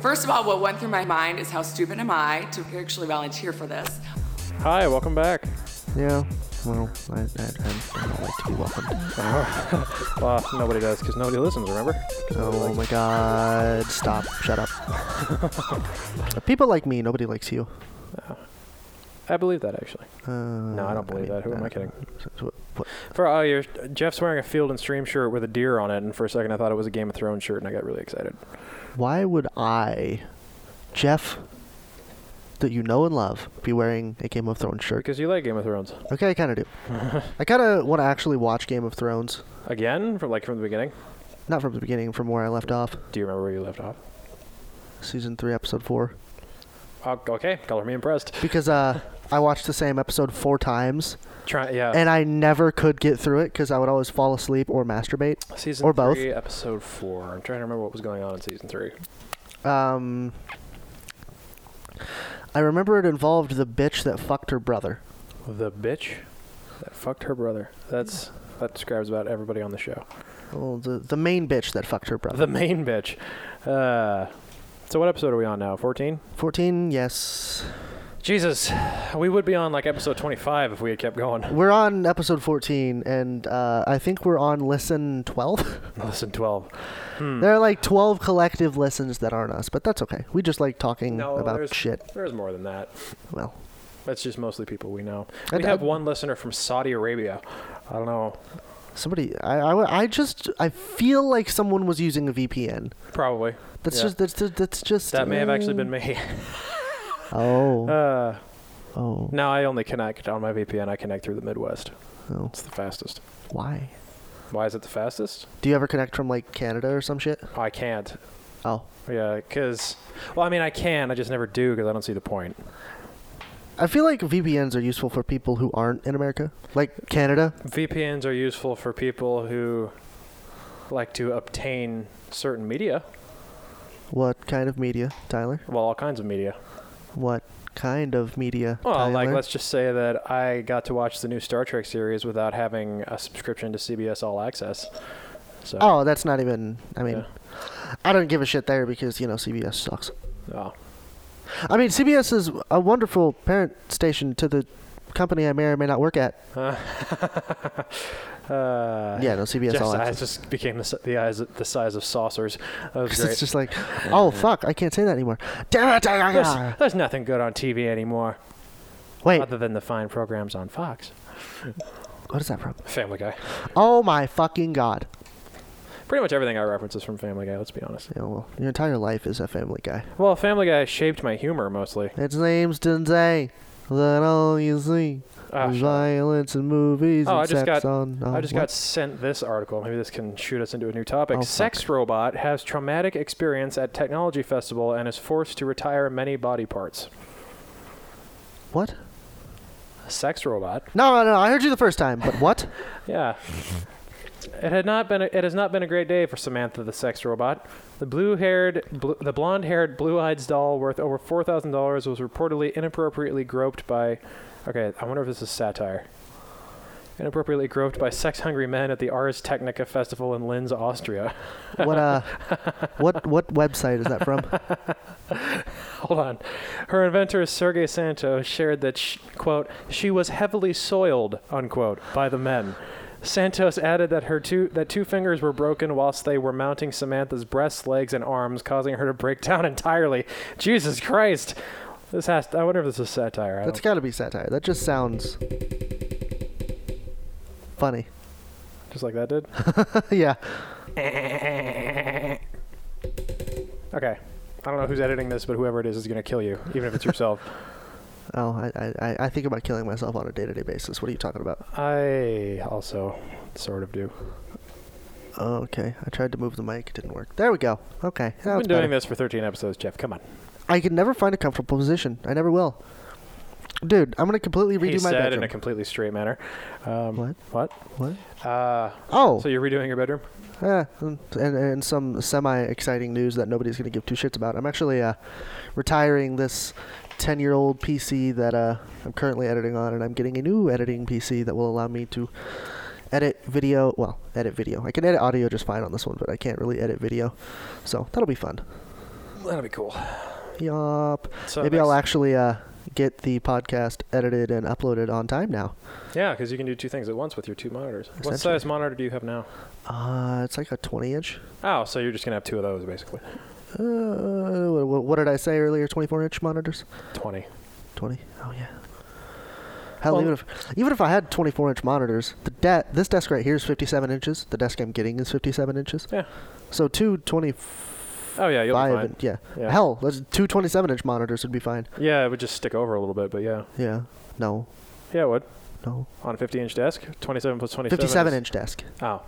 First of all, what went through my mind is how stupid am I to actually volunteer for this? Hi, welcome back. Yeah. Well, I, I, I don't like to be welcomed. Well, nobody does because nobody listens, remember? 'Cause nobody Oh likes- my God! Stop! Shut up. People like me. Nobody likes you. I believe that, actually. Uh, no, I don't believe that. Who am I kidding? What, what- For all your Jeff's wearing a Field and Stream shirt with a deer on it, and for a second I thought it was a Game of Thrones shirt, and I got really excited. why would I, Jeff, that you know and love, be wearing a Game of Thrones shirt? Because you like Game of Thrones. Okay, I kind of do. I kind of want to actually watch Game of Thrones, Again? From like from the beginning? not from the beginning, from where I left off, Do you remember where you left off? season three, episode four, Oh, okay, color me impressed. because uh, I watched the same episode four times, Try yeah. and I never could get through it because I would always fall asleep or masturbate. season or both. three, episode four. I'm trying to remember what was going on in season three. Um, I remember it involved the bitch that fucked her brother. The bitch that fucked her brother. That's that describes about everybody on the show. Well, the the main bitch that fucked her brother. The main bitch. Uh, so what episode are we on now? Fourteen. Fourteen, yes. Jesus, we would be on like episode twenty-five if we had kept going. We're on episode fourteen, and uh, I think we're on listen twelve. Listen, twelve. Hmm. There are like 12 collective lessons that aren't us, but that's okay. We just like talking No, Mm, about there's, shit. There's more than that. Well, That's just mostly people we know. I- We I- have one listener from Saudi Arabia. I don't know. somebody, I, I, wa- I just, I feel like someone was using a VPN. Probably. That's Yeah. just, that's, that's- that's just. That may have actually uh, been me. Oh, Uh, oh, no, I only connect on my VPN. I connect through the Midwest. oh. It's the fastest. Why? Why is it the fastest? Do you ever connect from like Canada or some shit? I can't. Oh, Yeah, because, well, I mean, I can. I just never do because I don't see the point. I feel like VPNs are useful for people who aren't in America, like Canada. VPNs are useful for people who like to obtain certain media. What kind of media, Tyler? Well, all kinds of media. What kind of media, Well, Tyler? like let's just say that I got to watch the new Star Trek series without having a subscription to CBS All Access. So, Oh, that's not even. I mean, Yeah. I don't give a shit there because you know CBS sucks. oh. I mean, CBS is a wonderful parent station to the company I may or may not work at. Uh, yeah, no, CBS Jeff's all eyes access. just became the, s- the eyes the size of saucers. That was 'Cause great. It's just like, oh fuck, I can't say that anymore. Damn it! ah, ah, ah. there's, there's nothing good on TV anymore, Wait, other than the fine programs on Fox. what is that from? Family Guy. Oh my fucking god! Pretty much everything I reference is from Family Guy. Let's be honest. Yeah, well, your entire life is a Family Guy. Well, Family Guy shaped my humor mostly. Its name's Denzel. That all you see Ah, is shut up. violence and movies Oh, and I just sex got- on. uh, I just what? got sent this article. Maybe this can shoot us into a new topic. Oh, fuck. Sex robot has traumatic experience at technology festival and is forced to retire many body parts. what? Sex robot. No, no, no, I heard you the first time, but what? Yeah. Mm-hmm. It had not been. A, it has not been a great day for Samantha, the sex robot. The blue-haired, bl- the blonde-haired, blue-eyed doll worth over four thousand dollars was reportedly inappropriately groped by. Okay, I wonder if this is satire. Inappropriately groped by sex-hungry men at the Ars Technica festival in Linz, Austria. what uh what what website is that from Hold on. Her inventor, Sergey Santos, shared that, sh quote, she was heavily soiled, unquote, by the men. Santos added that her two that two fingers were broken whilst they were mounting Samantha's breasts, legs, and arms, causing her to break down entirely. Jesus Christ! This has. I wonder if this is satire. I that's don't, got to be satire that just sounds funny just like that did. yeah Okay. I don't know who's editing this, but whoever it is is going to kill you, even if it's yourself. oh I, I- I i think about killing myself on a day-to-day basis what are you talking about I also sort of do. Oh, okay i tried to move the mic it didn't work there we go okay now I've it's been doing better. this for 13 episodes, Jeff. Come on. i can never find a comfortable position i never will dude i'm gonna completely redo he my said bedroom in a completely straight manner. Um, What? What? what Uh, oh So you're redoing your bedroom? Yeah, and, and and some semi-exciting news that nobody's going to give two shits about. I'm actually uh, retiring this 10-year-old PC that uh, I'm currently editing on, and I'm getting a new editing PC that will allow me to edit video. Well, edit video. I can edit audio just fine on this one, but I can't really edit video, so that'll be fun. That'd be cool. Yup. So Maybe I'll next- actually uh, get the podcast edited and uploaded on time now. Yeah, because you can do two things at once with your two monitors. What Essentially. size monitor do you have now? Uh, it's like a 20 inch. Oh, so you're just gonna have two of those basically. Uh, what, what did I say earlier? 24 inch monitors? Twenty. 20. Oh, yeah. Hell, Well- even, if, even if I had 24 inch monitors, the de- this desk right here is 57 inches. The desk I'm getting is 57 inches. Yeah. So two 25 Oh yeah, you'll be fine. in- yeah. Yeah. Hell, let's, two 27 inch monitors would be fine. Yeah, it would just stick over a little bit, but yeah, Yeah. No. yeah, it would. No. On a 50-inch desk, 27 plus 27. 57 is- inch desk. Oh,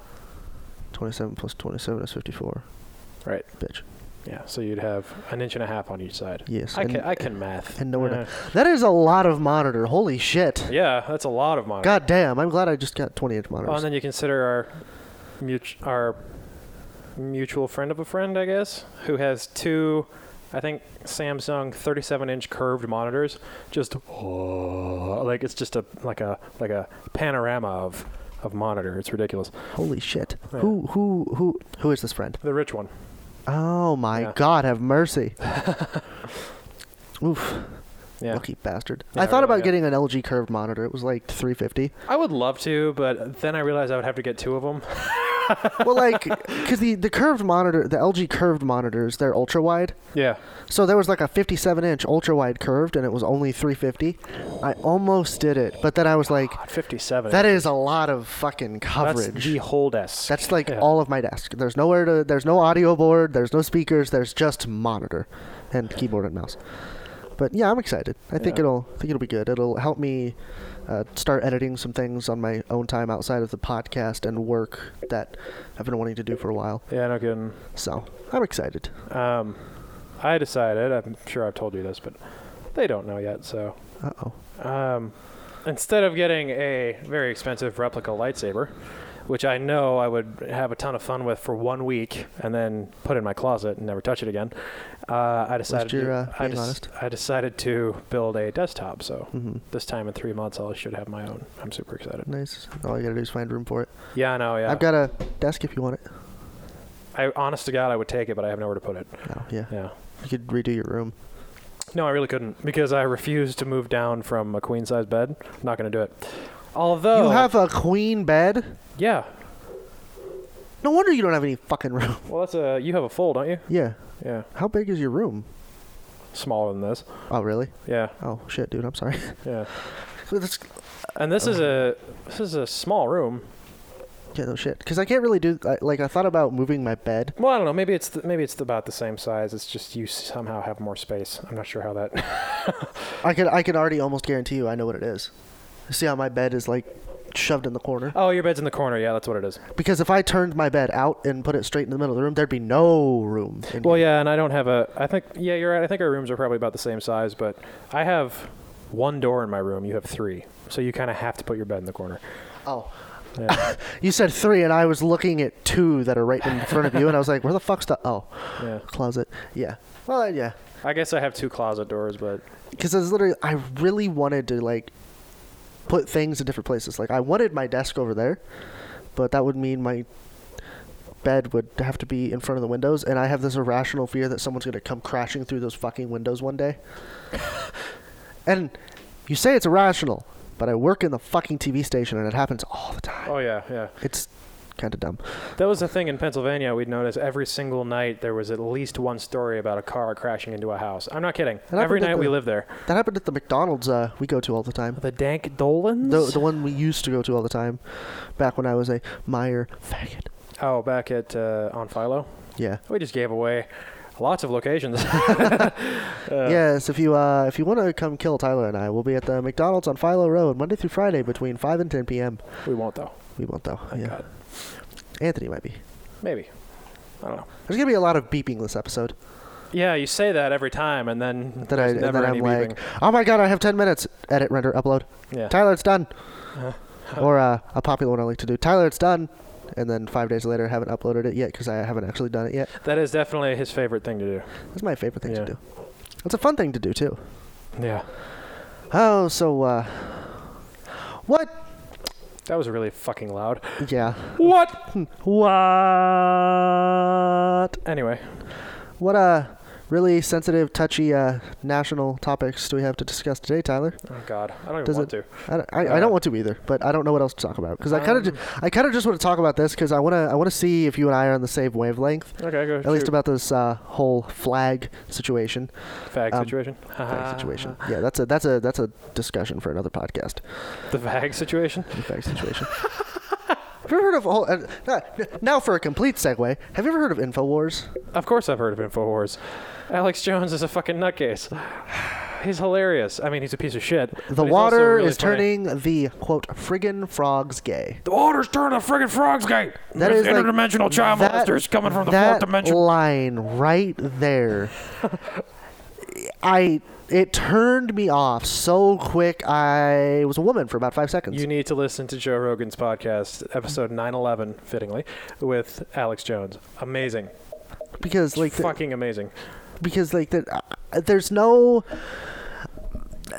27 plus 27 is 54. right. Bitch. Yeah, so you'd have an inch and a half on each side. Yes. I and- can I can math. and nowhere to- Eh. That is a lot of monitor. Holy shit. Yeah, that's a lot of monitors. God damn. I'm glad I just got 20 inch monitors. Oh, and then you consider our mut- our mutual friend of a friend, I guess, who has two, I think Samsung 37-inch curved monitors. Just oh, like it's just a like a like a panorama of of monitor. It's ridiculous. Holy shit. Yeah. Who who who who is this friend? The rich one. Oh my Yeah. god, have mercy. Oof, Yeah. lucky bastard. Yeah, I thought really, about yeah. getting an LG curved monitor. It was like 350. I would love to, but then I realized I would have to get two of them. well, like cuz the the curved monitor, the LG curved monitors, they're ultra wide. Yeah. So there was like a 57 inch ultra wide curved and it was only 350. I almost did it, but then I was like God, 57. that is a lot of fucking That's coverage. the whole desk. That's like Yeah. all of my desk. There's nowhere to. There's no audio board. There's no speakers. There's just monitor, and keyboard and mouse. But yeah, I'm excited. I think Yeah. it'll. I think it'll be good. It'll help me uh, start editing some things on my own time outside of the podcast and work that I've been wanting to do for a while. Yeah, no kidding. So I'm excited. Um, I decided. I'm sure I've told you this, but they don't know yet. So, Uh oh. um, instead of getting a very expensive replica lightsaber, which I know I would have a ton of fun with for one week and then put in my closet and never touch it again, uh, I decided. your, to, uh, I, being honest? I decided to build a desktop. So Mm-hmm. this time in three months, I should have my own. I'm super excited. Nice. All you gotta do is find room for it. Yeah, I know. Yeah, I've got a desk if you want it. I honest to God, I would take it, but I have nowhere to put it. No, Oh, yeah. Yeah. You could redo your room. No, I really couldn't because I refuse to move down from a queen size bed. Not going to do it. Although You have a queen bed. yeah. No wonder you don't have any fucking room. Well, that's a you have a full, don't you? yeah. Yeah, How big is your room? smaller than this. Oh, really? Yeah, Oh shit, dude. I'm sorry. yeah. That's, And this is a this is a small room. yeah, no shit. Because I can't really do I, like I thought about moving my bed. Well, I don't know. Maybe it's the, maybe it's about the same size. It's just you somehow have more space. I'm not sure how that. I could I could already almost guarantee you I know what it is. See how my bed is like shoved in the corner? Oh, your bed's in the corner. Yeah, that's what it is. Because if I turned my bed out and put it straight in the middle of the room, there'd be no room. in Well, here. yeah, and I don't have a. I think yeah, you're right. I think our rooms are probably about the same size, but I have one door in my room. You have three, so you kind of have to put your bed in the corner. Oh. Yeah, You said three, and I was looking at two that are right in front of you, and I was like, "Where the fuck's the oh yeah. closet?" Yeah. Well, yeah. I guess I have two closet doors, but because I was literally I really wanted to like put things in different places. Like I wanted my desk over there, but that would mean my bed would have to be in front of the windows, and I have this irrational fear that someone's gonna come crashing through those fucking windows one day. and you say it's irrational, but I work in the fucking TV station, and it happens all the time. oh yeah, yeah. It's kind of dumb. That was the thing in Pennsylvania. We'd notice every single night there was at least one story about a car crashing into a house. I'm not kidding. And I every think night we that- lived there. That happened at the McDonald's uh, we go to all the time. The Dank Dolans. The, the one we used to go to all the time, back when I was a Meyer faggot. oh, back at uh, on Philo, Yeah. we just gave away lots of locations. Yes, if you uh, if you want to come kill Tyler and I, we'll be at the McDonald's on Philo Road Monday through Friday between five and ten p.m. we won't though. We won't though. Thank yeah, God. Anthony might be. Maybe. I don't know. There's gonna be a lot of beeping this episode. Yeah, you say that every time, and then That I there's and never then I'm any like, leaving. oh my god, I have ten minutes. Edit, render, upload. Yeah. Tyler, it's done. or uh, a popular one I like to do. Tyler, it's done. And then five days later, I haven't uploaded it yet because I haven't actually done it yet. That is definitely his favorite thing to do. That's my favorite thing Yeah. to do. It's a fun thing to do too. Yeah. Oh, so uh, what? That was really fucking loud. Yeah. What? What? Anyway, What uh really sensitive, touchy uh, national topics do we have to discuss today, Tyler? Oh God, I don't even Does want it- to. I, don't- I, I Uh, um, don't want to either, but I don't know what else to talk about because I kind of ju- I kind of just want to talk about this because I want to I want to see if you and I are on the same wavelength. Okay, go. At least about this uh, whole flag situation. fag um, situation. Flag Uh, situation. Yeah, that's a that's a that's a discussion for another podcast. The fag situation. The flag situation. have you ever heard of all? Uh, uh, now for a complete segue, have you ever heard of Infowars? Of course, I've heard of Infowars. Alex Jones is a fucking nutcase. He's hilarious. I mean, he's a piece of shit. but he's The also water really is funny. turning the quote friggin' frogs gay. The water's turning the friggin' frogs gay. That There's is like- interdimensional child molesters coming from the that fourth dimension. line right there. I it turned me off so quick. I was a woman for about five seconds. You need to listen to Joe Rogan's podcast, episode 911, fittingly, with Alex Jones. Amazing. because like the- fucking amazing. because like the, uh, there's no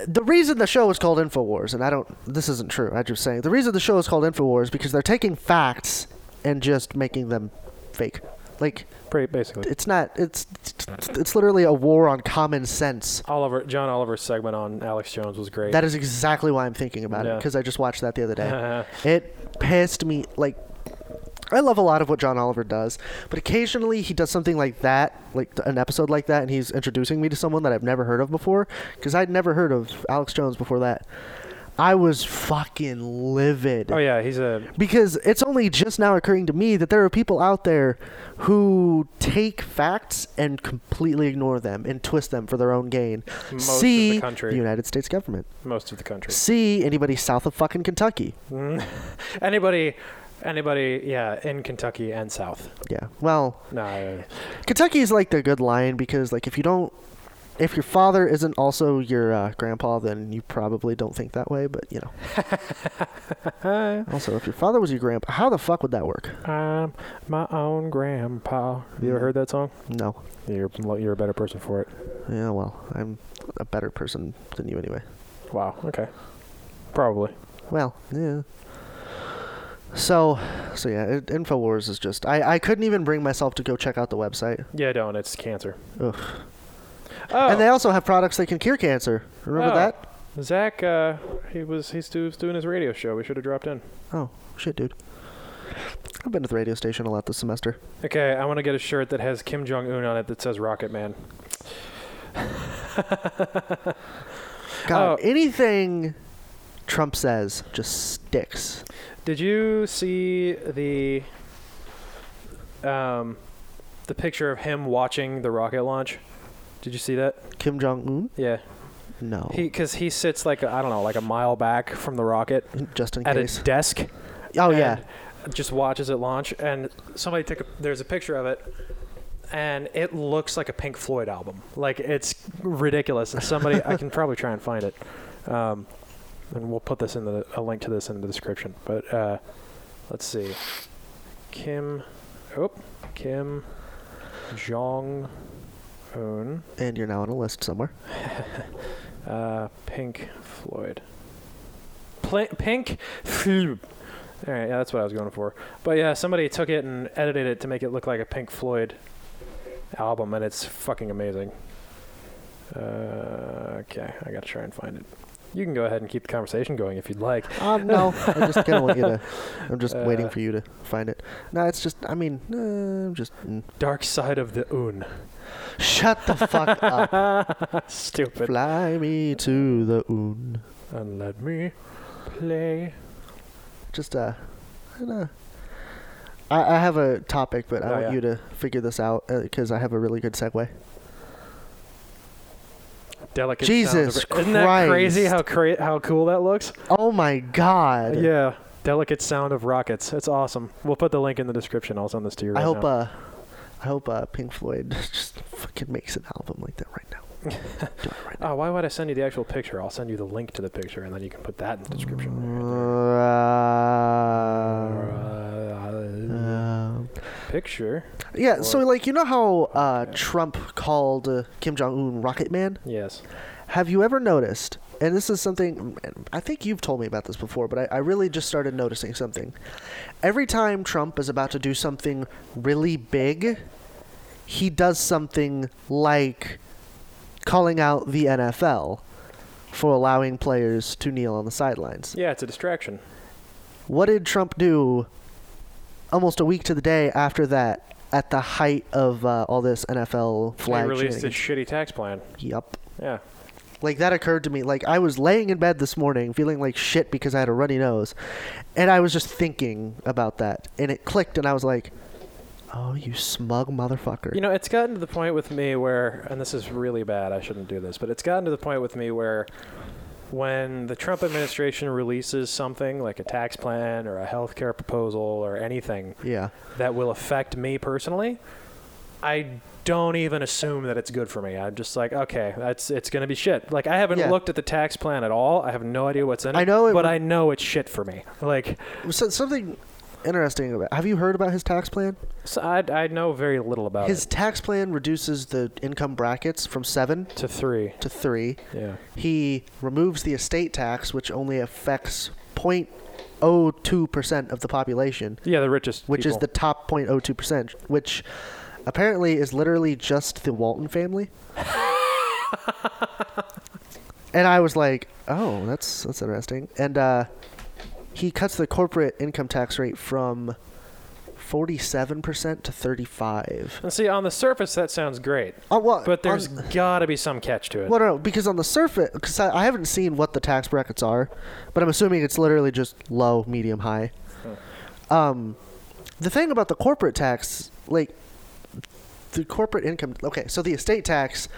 the reason the show is called Infowars, and I don't. This isn't true. I'm just saying the reason the show is called Infowars is because they're taking facts and just making them fake. Like Pretty basically. it's not. It's it's, it's literally a war on common sense. Oliver John Oliver's segment on Alex Jones was great. That is exactly why I'm thinking about it Yeah. because I just watched that the other day. it pissed me like I love a lot of what John Oliver does, but occasionally he does something like that, like th- an episode like that, and he's introducing me to someone that I've never heard of before because I'd never heard of Alex Jones before that. I was fucking livid oh yeah, he's a because it's only just now occurring to me that there are people out there who take facts and completely ignore them and twist them for their own gain. Most of the See country. the United States government. most of the country. See anybody south of fucking Kentucky. Anybody anybody yeah, in Kentucky and South. Yeah. Well, No. I- Kentucky is like the good line because like if you don't if your father isn't also your uh, grandpa, then you probably don't think that way, but you know. uh, also, if your father was your grandpa, how the fuck would that work? I'm my own grandpa. You ever heard that song? No. You're you're a better person for it. Yeah, well, I'm a better person than you anyway. Wow. Okay. Probably. Well, yeah. So, so yeah, it, Infowars is just I I couldn't even bring myself to go check out the website. Yeah, don't. It's cancer. Ugh. Oh. And they also have products that can cure cancer. Remember Oh. that? Zach, uh, he was he's do, was doing his radio show. We should have dropped in. Oh, shit, dude. I've been to the radio station a lot this semester. Okay, I want to get a shirt that has Kim Jong Un on it that says Rocket Man. Oh. God, anything Trump says just sticks. Did you see the um the picture of him watching the rocket launch? Did you see that? Kim Jong Un? Yeah, No. he because he sits like I don't know, like a mile back from the rocket just in at case. a desk. oh yeah. and just watches it launch and somebody took a, there's a picture of it and it looks like a pink floyd album like it's ridiculous and somebody i can probably try and find it um, and we'll put this in the a link to this in the description but uh, let's see kim oh kim jong un And you're now on a list somewhere. uh, Pink Floyd. Pl- Pink Floyd. All right, yeah, that's what I was going for. But yeah, somebody took it and edited it to make it look like a Pink Floyd album, and it's fucking amazing. Uh, okay, I gotta try and find it. You can go ahead and keep the conversation going if you'd like. Um, no, I just kind of want you to. I'm just Uh. waiting for you to find it. No, it's just. I mean, uh, I'm just. mm. Dark Side of the Oon. Shut the fuck up. Stupid. Fly me to the un. And let me play. Just uh, I don't know. I, I have a topic, but I Oh, want yeah. you to figure this out because I have a really good segue. Delicate. Jesus sounds of- Isn't that crazy Christ. how cra- how cool that looks? Oh my god. Yeah, delicate sound of rockets. That's awesome. We'll put the link in the description. I'll send this to you. Right I hope now. uh I hope uh Pink Floyd just fucking makes an album like that right now. Do it right now. Oh, why would I send you the actual picture? I'll send you the link to the picture, and then you can put that in the description. Uh, Uh, um, picture. yeah, so like you know how uh, Trump called uh, Kim Jong Un Rocket Man? Yes. Have you ever noticed? And this is something I think you've told me about this before, but I, I really just started noticing something. Every time Trump is about to do something really big, he does something like calling out the NFL for allowing players to kneel on the sidelines. Yeah, it's a distraction. What did Trump do almost a week to the day after that at the height of uh, all this NFL They flag released a shitty shenanigans? tax plan. Yup. Yeah. Like that occurred to me. Like I was laying in bed this morning feeling like shit because I had a runny nose. And I was just thinking about that. And it clicked and I was like, Oh, you smug motherfucker. You know, it's gotten to the point with me where, and this is really bad, I shouldn't do this, but it's gotten to the point with me where when the Trump administration releases something like a tax plan or a health care proposal or anything yeah. that will affect me personally, I don't even assume that it's good for me. I'm just like, okay, that's it's going to be shit. Like I haven't Yeah. looked at the tax plan at all. I have no idea what's in it. I know it but would- I know it's shit for me. Like So, something interesting about have you heard about his tax plan? so I I know very little about His it. tax plan reduces the income brackets from seven To 3. to three. Yeah. He removes the estate tax, which only affects 0.02% of the population, Yeah, the richest which is people. the top 0.02%, which apparently is literally just the Walton family. and I was like, oh, that's that's interesting. And uh, he cuts the corporate income tax rate from 47% to 35. And see, on the surface, that sounds great, Oh, well, on- but there's got to be some catch to it. Well, no, because on the surface, because I, I haven't seen what the tax brackets are, but I'm assuming it's literally just low, medium, high. Um, the thing about the corporate tax, like the corporate income. Okay, so the estate tax,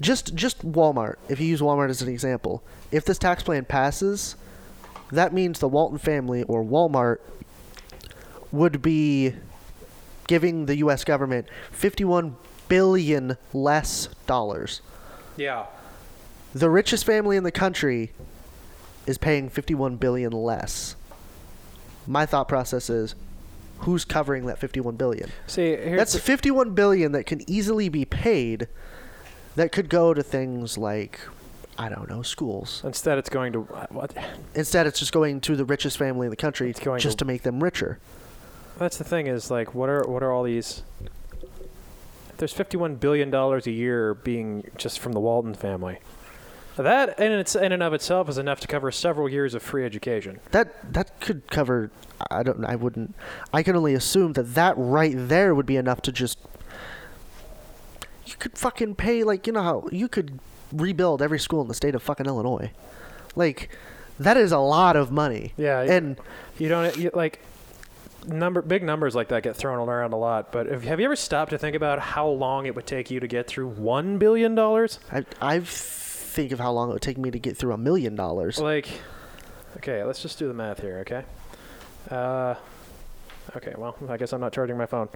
just just Walmart. If you use Walmart as an example, if this tax plan passes, that means the Walton family or Walmart would be giving the U.S. government 51 billion less dollars yeah. the richest family in the country is paying 51 billion less my thought process is who's covering that 51 billion See, here's that's the- 51 billion that can easily be paid that could go to things like i don't know schools instead it's going to what? instead it's just going to the richest family in the country It's going just to- to make them richer That's the thing is like, what are what are all these? There's 51 billion dollars a year being just from the Walton family. That in its in and of itself is enough to cover several years of free education. that that could cover i don't i wouldn't i can only assume that that right there would be enough to just you could fucking pay like you know how you could rebuild every school in the state of fucking illinois like that is a lot of money Yeah, it- and You don't you, like number big numbers like that get thrown around a lot. But if, have you ever stopped to think about how long it would take you to get through one billion dollars? i i think of how long it would take me to get through a million dollars Like, okay, let's just do the math here, okay? Uh, okay, well, I guess I'm not charging my phone.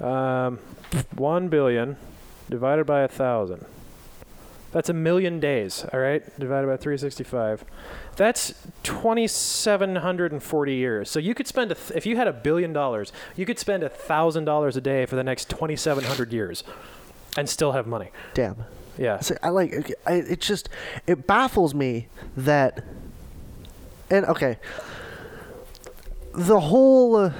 Um, one billion divided by a thousand. That's a million days, all right? Divided by 365. That's 2,740 years. So you could spend, a th- if you had a billion dollars, you could spend a thousand dollars a day for the next 2,700 years and still have money. damn Yeah. So I like I, it. Just it baffles me that, and okay, the whole. Uh,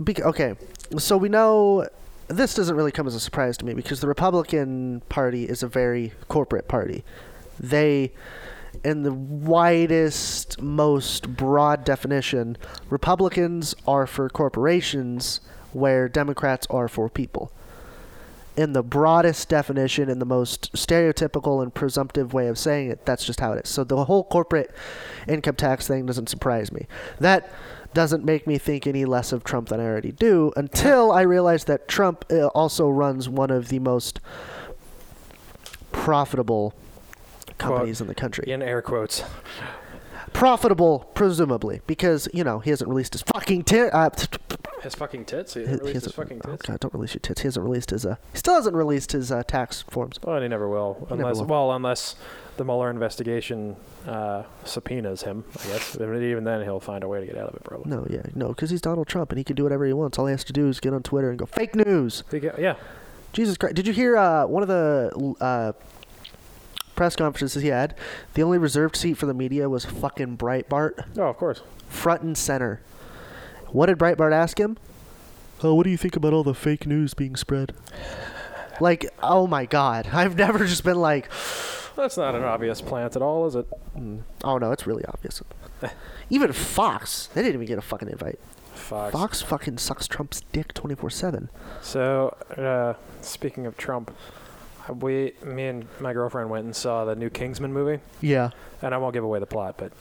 bec- okay, so we know this doesn't really come as a surprise to me because the Republican Party is a very corporate party. They, in the widest, most broad definition, Republicans are for corporations, where Democrats are for people in the broadest definition and the most stereotypical and presumptive way of saying it, that's just how it is. So the whole corporate income tax thing doesn't surprise me. That doesn't make me think any less of Trump than I already do until I realize that Trump uh, also runs one of the most profitable companies in the country. In air quotes. Profitable, presumably, because, you know, he hasn't released his fucking t- uh, t- t- His fucking tits. He didn't he release his hasn't- fucking oh, tits. God, don't release your tits. He hasn't released his uh, he still hasn't released his uh, tax forms. Well, and he never will, never unless will. well, unless the Mueller investigation uh, subpoenas him. I guess I mean, even then he'll find a way to get out of it, probably. No, yeah, no, because he's Donald Trump and he can do whatever he wants. All he has to do is get on Twitter and go fake news. He get- yeah, Jesus Christ! Did you hear uh, one of the uh, press conferences he had? The only reserved seat for the media was fucking Breitbart, oh, of course. front and center. What did Breitbart ask him? oh, what do you think about all the fake news being spread? Like, oh my God. I've never just been like, That's not an obvious plant at all, is it? oh no, it's really obvious. Even Fox, they didn't even get a fucking invite. Fox. Fox fucking sucks Trump's dick 24 7. So, uh, speaking of Trump, we, me and my girlfriend went and saw the new Kingsman movie, Yeah. and I won't give away the plot, but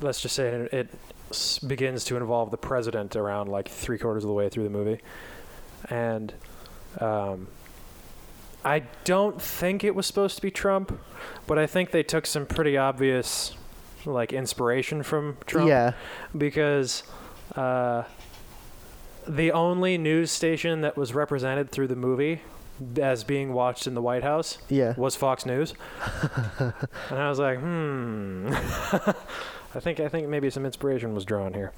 let's just say it, it s- begins to involve the president around like three quarters of the way through the movie, and um, I don't think it was supposed to be Trump, but I think they took some pretty obvious like inspiration from Trump Yeah. because uh, the only news station that was represented through the movie as being watched in the White House Yeah. was Fox News, and I was like, hmm. I think I think maybe some inspiration was drawn here.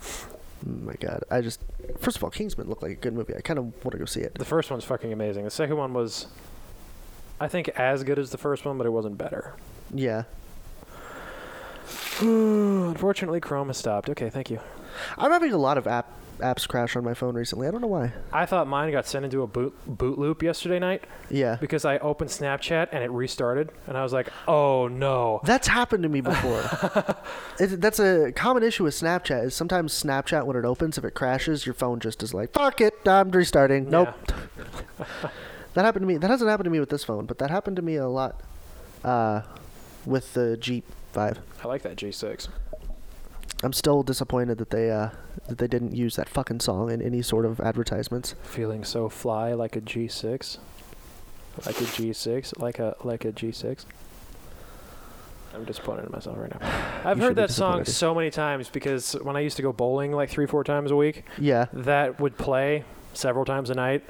Oh my God. I just, first of all, Kingsman looked like a good movie. I kind of want to go see it. The first one's fucking amazing. The second one was, I think, as good as the first one, but it wasn't better. Yeah. Unfortunately, Chrome has stopped. Okay, thank you. I'm having a lot of app apps crash on my phone recently. I don't know why. I thought mine got sent into a boot boot loop yesterday night. Yeah. because I opened Snapchat and it restarted, and I was like, "Oh no!" That's happened to me before. it, that's a common issue with Snapchat. Is sometimes Snapchat when it opens, if it crashes, your phone just is like, "Fuck it, I'm restarting." Nope. That happened to me. That hasn't happened to me with this phone, but that happened to me a lot uh, with the Jeep Five. I like that G6. I'm still disappointed that they uh, that they didn't use that fucking song in any sort of advertisements. Feeling so fly like a G6, like a G6, like a like a G6. I'm disappointed in myself right now. I've You should heard be that song disappointed. so many times because when I used to go bowling like three, four times a week, Yeah, that would play several times a night,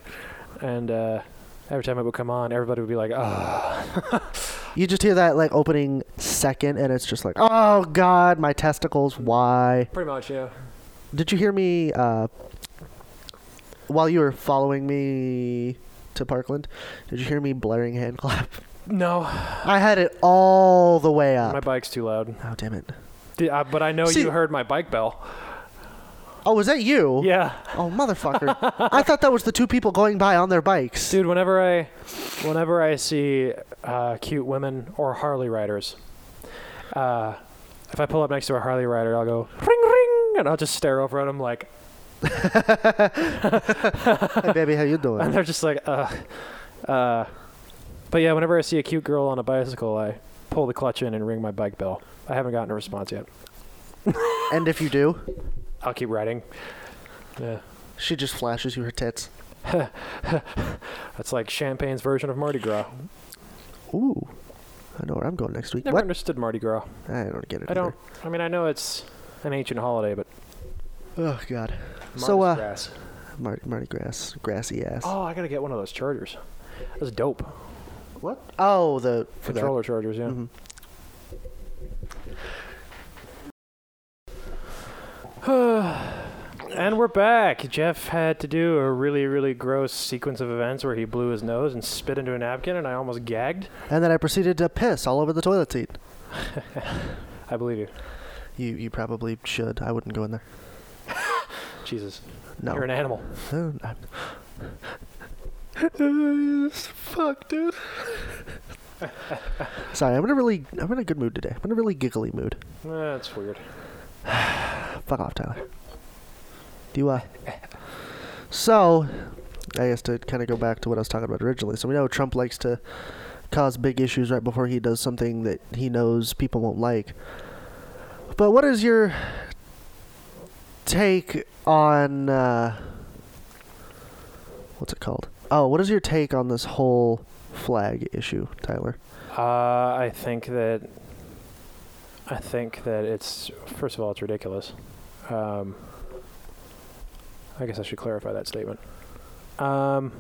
and uh, every time it would come on, everybody would be like, "Ah." you just hear that like opening second, and it's just like, "Oh God, my testicles! Why?" Pretty much, yeah. Did you hear me uh, while you were following me to Parkland? Did you hear me blaring hand clap? No, I had it all the way up. my bike's too loud. oh damn it! D- uh, but I know See- you heard my bike bell. Oh, was that you? Yeah. Oh motherfucker! I thought that was the two people going by on their bikes. Dude, whenever I, whenever I see uh, cute women or Harley riders, uh, if I pull up next to a Harley rider, I'll go ring ring, and I'll just stare over at them like, Hey baby, how you and doing? they're just like, uh, uh. But yeah, whenever I see a cute girl on a bicycle, I pull the clutch in and ring my bike bell. I haven't gotten a response yet. and if you do, I'll keep riding. Yeah, she just flashes you her tits. that's like Champagne's version of Mardi Gras. Ooh, I know where I'm going next week. Never what? understood Mardi Gras. I don't get it. I don't. I mean, I know it's an ancient holiday, but either. Oh God. Mardi so uh, Gras. Mar- Mardi Gras, grassy ass. Oh, I gotta get one of those chargers. That's dope. what? Oh, the for the- Controller chargers, yeah. Mhm. and we're back. Jeff had to do a really, really gross sequence of events where he blew his nose and spit into a napkin, and I almost gagged. And then I proceeded to piss all over the toilet seat. I believe you. You you probably should. I wouldn't go in there. Jesus, No. you're an animal. Uh, I'm- Fuck, dude. Sorry, I'm in a really I'm in a good mood today. I'm in a really giggly mood. That's weird. Fuck off, Tyler. Do you, uh So, I guess to kind of go back to what I was talking about originally. So we know Trump likes to cause big issues right before he does something that he knows people won't like. But what is your take on uh, what's it called? Oh, what is your take on this whole flag issue, Tyler? Uh, I think that I think that it's first of all it's ridiculous. Um, I guess I should clarify that statement. Um,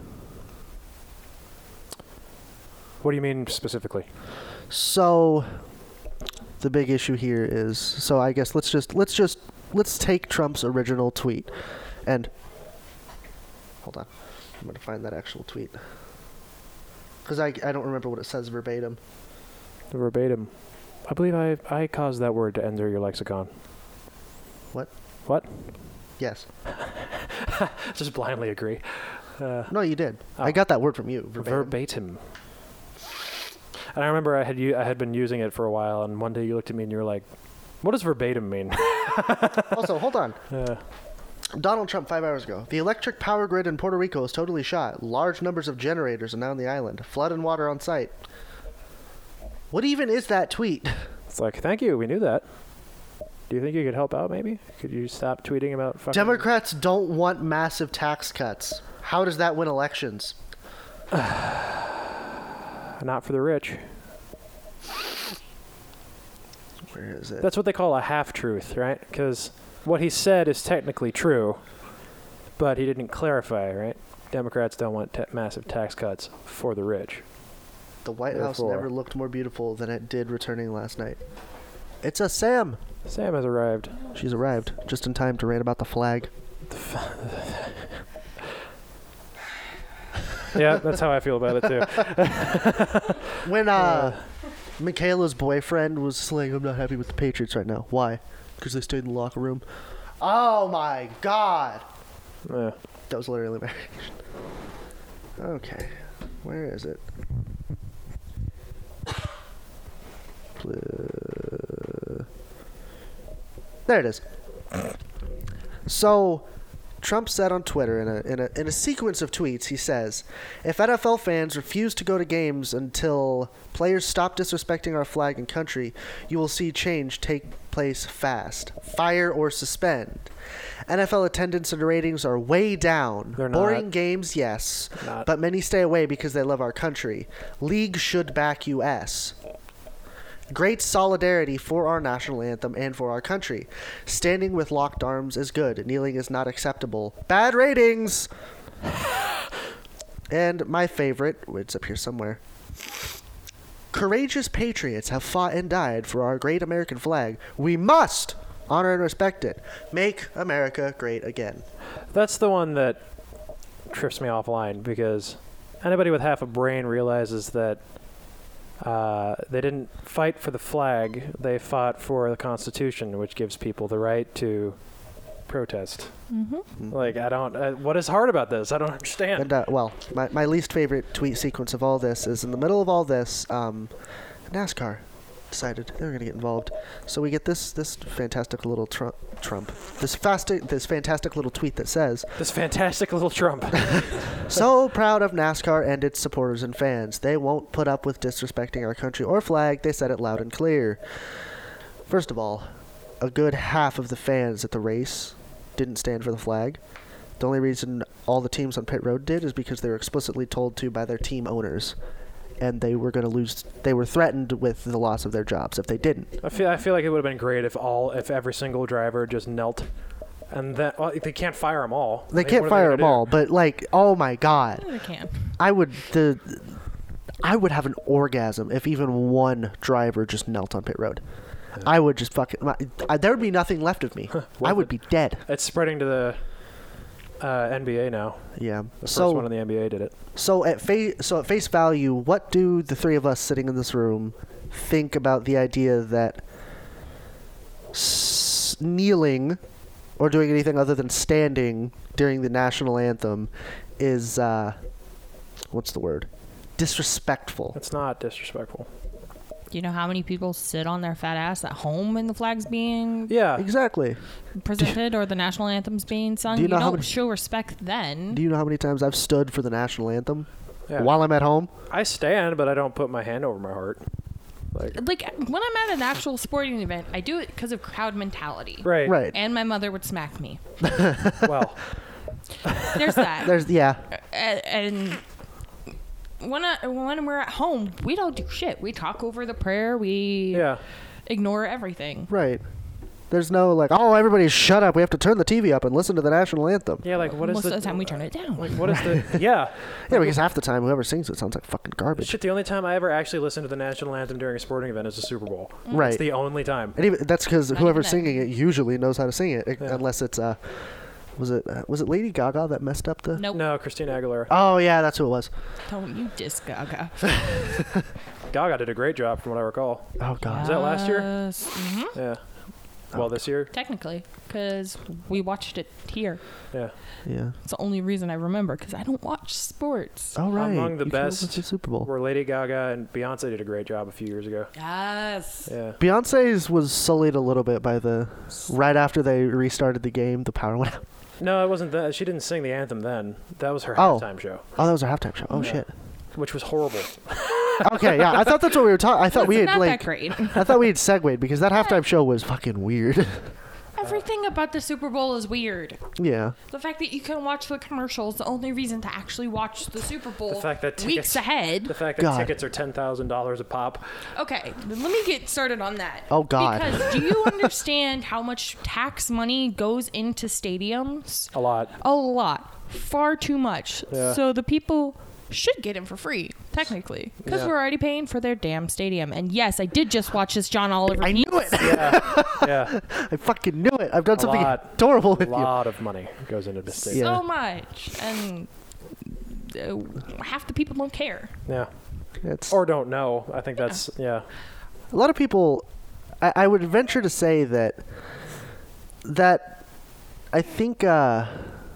what do you mean specifically? So the big issue here is so I guess let's just let's just let's take Trump's original tweet and hold on. I'm going to find that actual tweet. Cuz I I don't remember what it says verbatim. Verbatim. I believe I I caused that word to enter your lexicon. What? What? Yes. Just blindly agree. No, you did. I got that word from you. Verbatim. Verbatim. And I remember I had u- I had been using it for a while, and one day you looked at me and you were like, "What does verbatim mean?" also, hold on. Donald Trump five hours ago. The electric power grid in Puerto Rico is totally shot. Large numbers of generators are now on the island. Flood and water on site. What even is that tweet? it's like, "Thank you, we knew that." Do you think you could help out? Maybe could you stop tweeting about fucking? Democrats don't want massive tax cuts. How does that win elections? uh, Not for the rich. Where is it? That's what they call a half truth, right? Because what he said is technically true, but he didn't clarify, right? Democrats don't want ta massive tax cuts for the rich. the White House therefore- never looked more beautiful than it did returning last night. It's a Sam. Sam has arrived. She's arrived just in time to rant about the flag. Yeah, that's how I feel about it too. When uh, Michaela's boyfriend was just like, I'm not happy with the Patriots right now. Why? Because they stayed in the locker room. Oh my God. Yeah. That was literally my reaction. Okay. Where is it? Blah. There it is. So, Trump said on Twitter in a, in, a, in a sequence of tweets, he says, If NFL fans refuse to go to games until players stop disrespecting our flag and country, you will see change take place fast. Fire or suspend. NFL attendance and ratings are way down. They're not. Boring games, yes. Not. But many stay away because they love our country. League should back US. Great solidarity for our national anthem and for our country. Standing with locked arms is good. Kneeling is not acceptable. Bad ratings. and my favorite, it's up here somewhere. Courageous patriots have fought and died for our great American flag. We must honor and respect it. Make America great again. That's the one that trips me offline because anybody with half a brain realizes that uh, they didn't fight for the flag; they fought for the Constitution, which gives people the right to protest. Mm-hmm. Like I don't. Uh, what is hard about this? I don't understand. And uh, well, my, my least favorite tweet sequence of all this is in the middle of all this. Um, NASCAR decided they were going to get involved, so we get this this fantastic little Trump Trump this fastic this fantastic little tweet that says, This fantastic little Trump. "So proud of NASCAR and its supporters and fans. They won't put up with disrespecting our country or flag. They said it loud and clear." First of all, a good half of the fans at the race didn't stand for the flag. The only reason all the teams on pit road did is because they were explicitly told to by their team owners, and they were going to lose. They were threatened with the loss of their jobs if they didn't. I feel I feel like it would have been great if all if every single driver just knelt, and then well, they can't fire them all. They Like, can't what are fire gonna them do? all, but like, oh my god, I can. I would the. I would have an orgasm if even one driver just knelt on pit road. I would just fucking. My, I, there would be nothing left of me. I would be dead. It's spreading to the uh, NBA now. Yeah. The so first one in the NBA did it. So at face so at face value, what do the three of us sitting in this room think about the idea that s- kneeling or doing anything other than standing during the national anthem is uh, what's the word? Disrespectful. It's not disrespectful. Do you know how many people sit on their fat ass at home when the flag's being Yeah. Exactly. presented or the national anthem's being sung? Do you You, know how don't many- show respect then. Mm-hmm. Do you know how many times I've stood for the national anthem yeah. while I'm at home? I stand, but I don't put my hand over my heart. Like like when I'm at an actual sporting event, I do it because of crowd mentality. right. Right. And my mother would smack me. Well, There's that. There's yeah. A- and when I, when we're at home, we don't do shit. We talk over the prayer. We yeah. ignore everything. Right. There's no like, oh, everybody shut up. We have to turn the TV up and listen to the national anthem. Yeah. Like what is Most the of the time, we turn it down. like what is the yeah? Yeah, because half the time whoever sings it sounds like fucking garbage. Shit. The only time I ever actually listened to the national anthem during a sporting event is the Super Bowl. Right. It's the only time. And even that's because Not whoever's even that. singing it usually knows how to sing it, unless it's uh, was it uh, was it Lady Gaga that messed up the? nope. No, Christina Aguilera. Oh yeah, that's who it was. Don't you uh, diss Gaga. Gaga did a great job, from what I recall. Oh god, uh, Was that last year? Yes. Mhm. Yeah. well, this year, Technically, because we watched it here. yeah, Yeah. It's the only reason I remember because I don't watch sports. All right. among the You came up with best the Super Bowl. where Lady Gaga and Beyonce did a great job a few years ago. Yes. Yeah, Beyonce's was sullied a little bit by the right after they restarted the game, the power went out. no, it wasn't that. She didn't sing the anthem then. That was her Oh. halftime show, Oh, that was our halftime show. Oh shit. which was horrible. Okay, yeah. I thought that's what we were talking. I thought we It's had not like that great. I thought we had segued because that halftime show was fucking weird. Everything about the Super Bowl is weird. yeah. The fact that you can watch the commercials, the only reason to actually watch the Super Bowl The fact that tickets, weeks ahead. the fact that God. tickets are ten thousand dollars a pop. Okay, let me get started on that. Oh, God. Because do you understand how much tax money goes into stadiums? A lot. A lot, far too much. Yeah. So the people should get in for free, technically, because Yeah. we're already paying for their damn stadium. And yes, I did just watch this John Oliver. I knew it. Yeah, I fucking knew it. I've done something lot. adorable a with you. lot of money goes into this thing. Yeah. so much, and uh, half the people don't care. Yeah. It's, Or don't know. I think Uh. that's yeah. a lot of people. I, I would venture to say that that I think. Uh,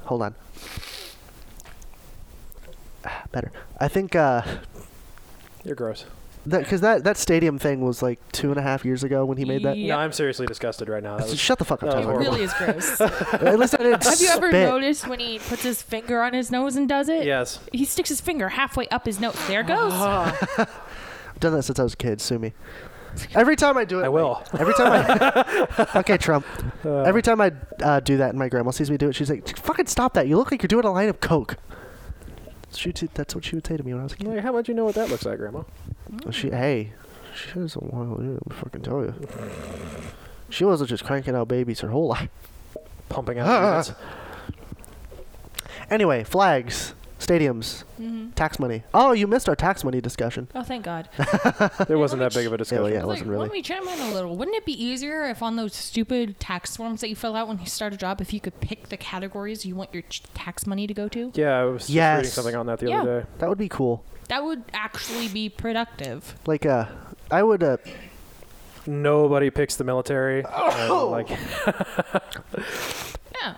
hold on. Ah, Better. I think uh, You're gross. that because that that stadium thing was like two and a half years ago when he made that. Yeah. No, I'm seriously disgusted right now. That was, Shut the fuck up, that was It Tyler. horrible. really is gross. At least I didn't Have you ever spit. noticed when he puts his finger on his nose and does it? yes. He sticks his finger halfway up his nose. There it Uh-huh. goes. I've done that since I was a kid. Sue me. Every time I do it, I will. Every time I okay, Trump. Every time I uh, do that, and my grandma sees me do it, she's like, "Fucking stop that! You look like you're doing a line of coke." She t- that's what she would say to me when I was a kid. Like, how about you know what that looks like, Grandma? She hey, she was a wild dude. Let me fucking tell you. She wasn't just cranking out babies her whole life. Pumping out. Ah. units. Anyway, flags, stadiums, tax money. Oh, you missed our tax money discussion. Oh, thank God. It wasn't let that me big of a Yeah, discussion. well, yeah, I it wasn't was like, really. Let me chime in a little. Wouldn't it be easier if on those stupid tax forms that you fill out when you start a job, if you could pick the categories you want your ch- tax money to go to? Yeah, I was just Yes. reading something on that the Yeah. other day. That would be cool. That would actually be productive. Like, uh, I would. Uh, Nobody picks the military. Oh. and, like, Yeah.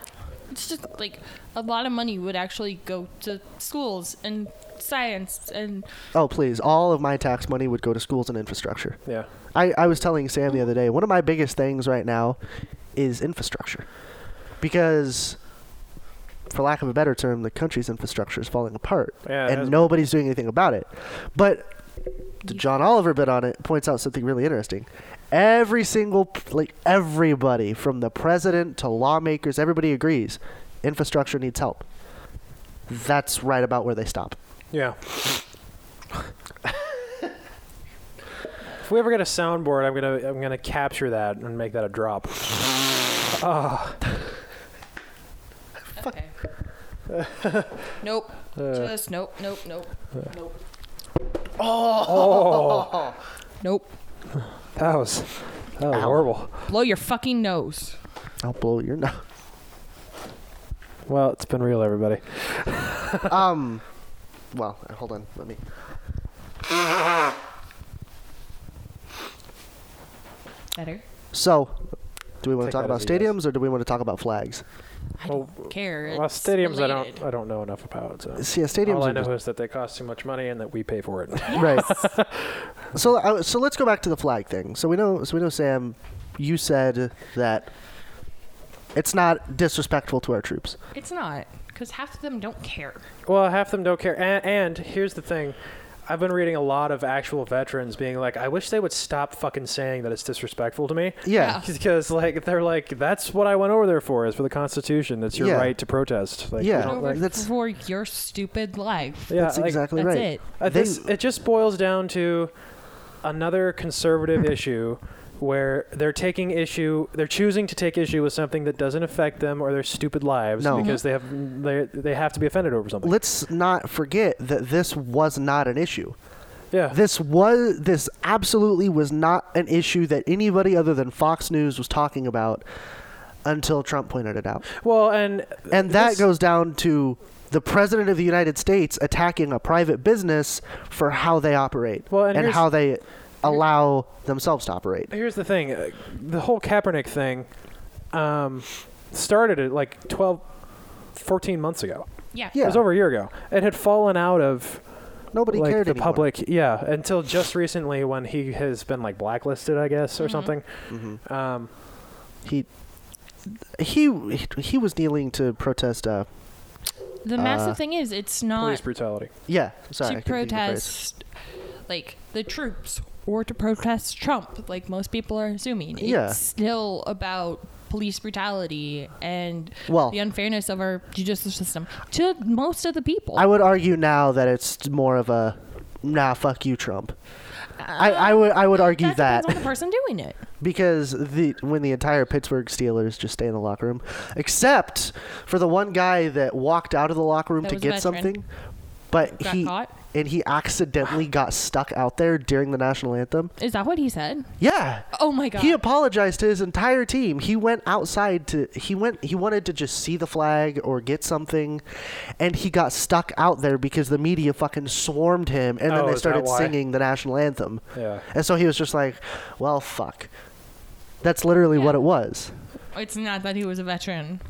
It's just like a lot of money would actually go to schools and science and oh, please, all of my tax money would go to schools and infrastructure. yeah. I, I was telling Sam the other day, one of my biggest things right now is infrastructure. Because, for lack of a better term, the country's infrastructure is falling apart. Yeah, it has- and nobody's doing anything about it. But the John Oliver bit on it points out something really interesting. Every single, like, everybody from the president to lawmakers, everybody agrees infrastructure needs help. That's right about where they stop. Yeah. if we ever get a soundboard, I'm gonna I'm gonna capture that and make that a drop. Okay. nope. Uh. Just nope, nope, nope, nope. Oh. Nope. That was that was horrible. Blow your fucking nose. I'll blow your nose. Well, it's been real, everybody. Um, well, uh, hold on. Let me. Better. So, do we want Take to talk that about as a yes. stadiums or do we want to talk about flags? I Well, don't care. well, It's stadiums I don't related. I don't know enough about. So. See, yeah, stadiums. All I are know is that they cost too much money and that we pay for it. just- right. so, uh, so let's go back to the flag thing. So we know, so we know, Sam, you said that it's not disrespectful to our Uh, troops. It's not. Because half of them don't care. well, half of them don't care. And, and here's the thing. I've been reading a lot of actual veterans being like, I wish they would stop fucking saying that it's disrespectful to me. Yeah. Because like they're like, that's what I went over there for is for the Constitution. That's your Yeah. right to protest. Like, we Yeah. don't- Over like, that's- for your stupid life. yeah, That's like, exactly That's right. it. uh, this They- it just boils down to another conservative issue where they're taking issue they're choosing to take issue with something that doesn't affect them or their stupid lives No. because they have they, they have to be offended over something Let's not forget that this was not an issue. yeah This was this absolutely was not an issue that anybody other than Fox News was talking about until Trump pointed it out. well and And that this- goes down to the president of the United States attacking a private business for how they operate Well, and and, here's- how they allow themselves to operate. Here's the thing: uh, the whole Kaepernick thing um, started at like 12, 14 months ago. Yeah. Yeah. It was over a year ago. It had fallen out of Nobody like cared the anymore. public, yeah, until just recently when he has been like blacklisted, I guess, or Mm-hmm. something. Um, He he he was kneeling to protest. Uh, The massive thing is, it's not police brutality. yeah, sorry. Uh, I to couldn't think of the phrase. protest like the troops or to protest Trump, like most people are assuming. Yeah. It's still about police brutality and Well- the unfairness of our judicial system to most of the people. I would argue now that it's more of a nah, fuck you, Trump. I, I would I would argue that that depends on the person doing it. because the when the entire Pittsburgh Steelers just stay in the locker room, except for the one guy that walked out of the locker room That to was a get veteran. something, but Got he caught? and he accidentally got stuck out there during the national anthem. Is that what he said? Yeah. Oh my god. He apologized to his entire team. He went outside to he went he wanted to just see the flag or get something and he got stuck out there because the media fucking swarmed him and then Oh, they is that started why? singing the national anthem. Yeah. And so he was just like, "Well, fuck." That's literally what Yeah. it was. it's not that he was a veteran.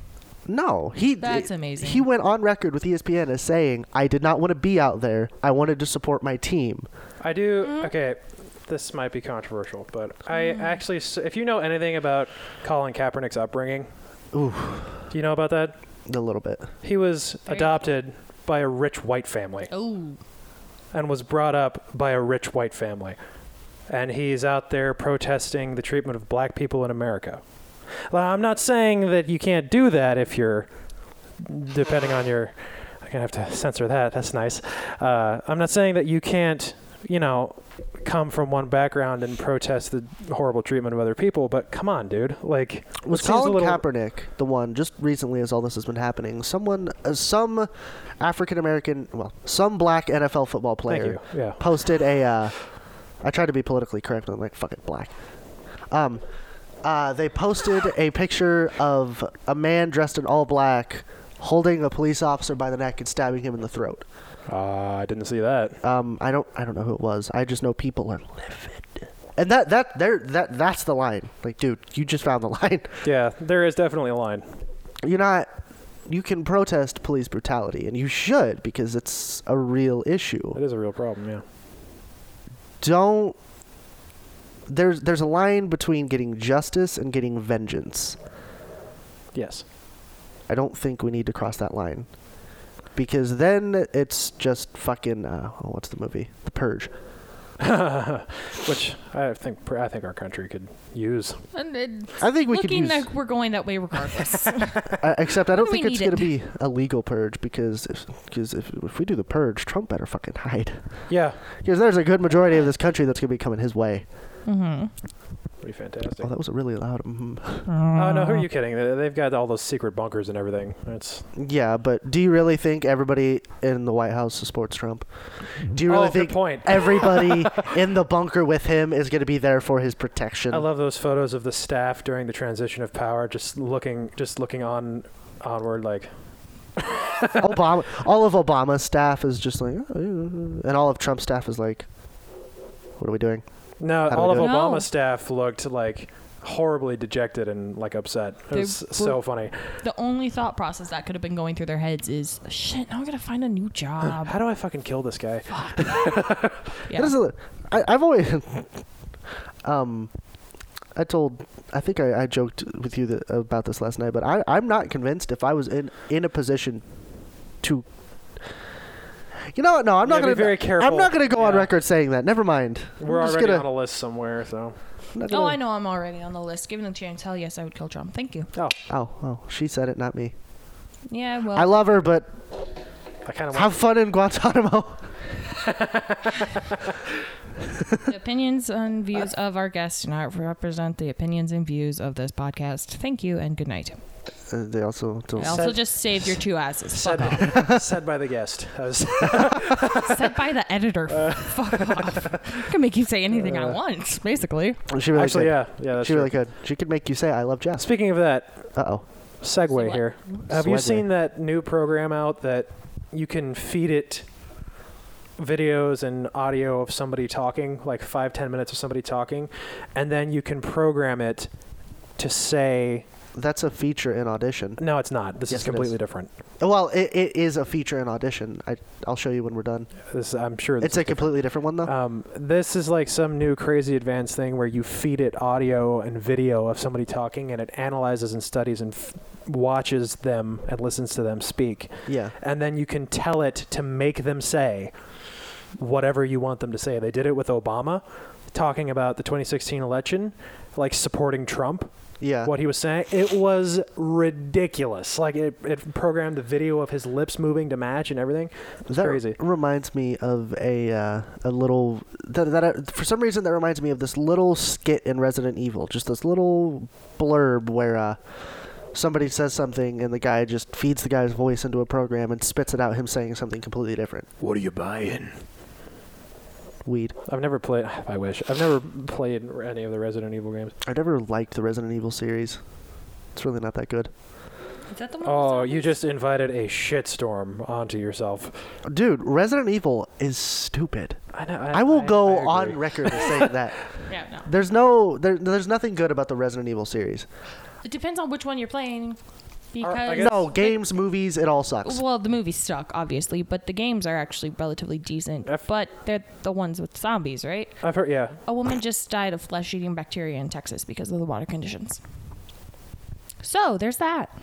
No, he. That's amazing. He went on record with E ESPN as saying, "I did not want to be out there. I wanted to support my team." I do. Mm-hmm. Okay, this might be controversial, but I actually, s- if you know anything about Colin Kaepernick's upbringing, do you know about that? A little bit. He was Very- adopted by a rich white family Oh. and was brought up by a rich white family, and he's out there protesting the treatment of black people in America. Well, I'm not saying that you can't do that if you're, depending on your. I'm gonna have to censor that. That's nice. Uh, I'm not saying that you can't, you know, come from one background and protest the horrible treatment of other people. But come on, dude. Like, Was it seems a Colin little- Kaepernick the one just recently as all this has been happening? Someone, uh, some African American, well, some black NFL football player you, yeah. posted a. Uh, I tried to be politically correct, but I'm like, fuck it, black. Um, uh, they posted a picture of a man dressed in all black holding a police officer by the neck and stabbing him in the throat. Ah, I didn't see that. Um, I don't, I don't know who it was. I just know people are livid, and that, that, there, that, that's the line. Like, dude, you just found the line. Yeah, there is definitely a line. you're not you can protest police brutality and you should because it's a real It issue is a real problem. Yeah. don't there's there's a line between getting justice and getting vengeance Yes. i don't think we need to cross that line because then it's just fucking uh, oh, what's the movie the purge Which I think per- I think our country could use. And it- i think we could looking use like we're going that way regardless. uh, except i don't do think we it's need going to it? be a legal purge because if, cause if, if we do the purge trump better fucking hide Yeah, because there's a good majority of this country that's going to be coming his way pretty fantastic. oh that was a really loud mhm. Oh no, who are Mm. you kidding? They- They've got all those secret bunkers and everything. It's Yeah, but do you really think everybody in the White House supports Trump? Do you really Oh, good think point. everybody in the bunker with him is going to be there for his protection? I love those photos of the staff during the transition of power, just looking, just looking on, onward. Like, Obama. All of Obama's staff is just like, "Oh, yeah," and all of Trump's staff is like, what are we doing? no, do we all of do it? Obama's No. staff looked like horribly dejected and like upset. It They was were- so funny. the only thought process that could have been going through their heads is, shit, now I gotta find a new job. How do I fucking kill this guy? Yeah. That is a, I, I've always, um, I told, I think I, I joked with you that, about this last night, but I, I'm not convinced if I was in in a position to. You know what? No, I'm Yeah, not be going to very I'm careful. not going to go on Yeah. record saying that. Never mind. We're I'm just already gonna- on a list somewhere, so. I'm not Oh, I gonna- know I'm already on the list. Given the chance, hell yes, I would kill Trump. Thank you. Oh, Oh, oh, she said it, not me. Yeah, well, I love her, but I kind of have fun in Guantanamo. the opinions and views of our guests do not represent the opinions and views of this podcast. Thank you and good night. Uh, they also don't. I also Said- just saved your two asses. Fuck off. said, said by the guest. That was- Said by the editor. Fuck off. I can make you say anything Uh, I want, basically. She really actually, could. yeah, yeah. That's she really true. could. She could make you say, "I love Jess." Speaking of that, Uh oh. segue Segue. here. Have you Segue. seen that new program out that you can feed it videos and audio of somebody talking, like five, ten minutes of somebody talking, and then you can program it to say, That's a feature in Audition. no, it's not. This Yes, is it completely is. different. Well, it, it is a feature in Audition. I, I'll show you when we're done. This, I'm sure this It's a completely different one, though. Um, this is like some new crazy advanced thing where you feed it audio and video of somebody talking, and it analyzes and studies and f- watches them and listens to them speak. Yeah. And then you can tell it to make them say whatever you want them to say. They did it with Obama talking about the 2016 election, like supporting Trump. Yeah. What he was saying, it was ridiculous. Like it, it programmed the video of his lips moving to match and everything. It's that crazy. reminds me of a uh, a little that, that uh, for some reason that reminds me of this little skit in Resident Evil. Just this little blurb where uh, somebody says something and the guy just feeds the guy's voice into a program and spits it out him saying something completely different. What are you buying? Weed. I've never played. I wish I've never played any of the Resident Evil games. I never liked the Resident Evil series. It's really not that good. Is that the one? Oh, that's on- you just invited a shitstorm onto yourself. Dude, Resident Evil is stupid. I, know, I will go agree. on record as saying that. Yeah, no. There's no there, there's nothing good about the Resident Evil series. It depends on which one you're playing. Because I guess- No, games, movies, it all sucks. Well, the movies suck, obviously, but the games are actually relatively decent. I've- but they're the ones with zombies, right? I've heard. Yeah, A woman just died of flesh eating bacteria in Texas because of the water conditions. So there's that.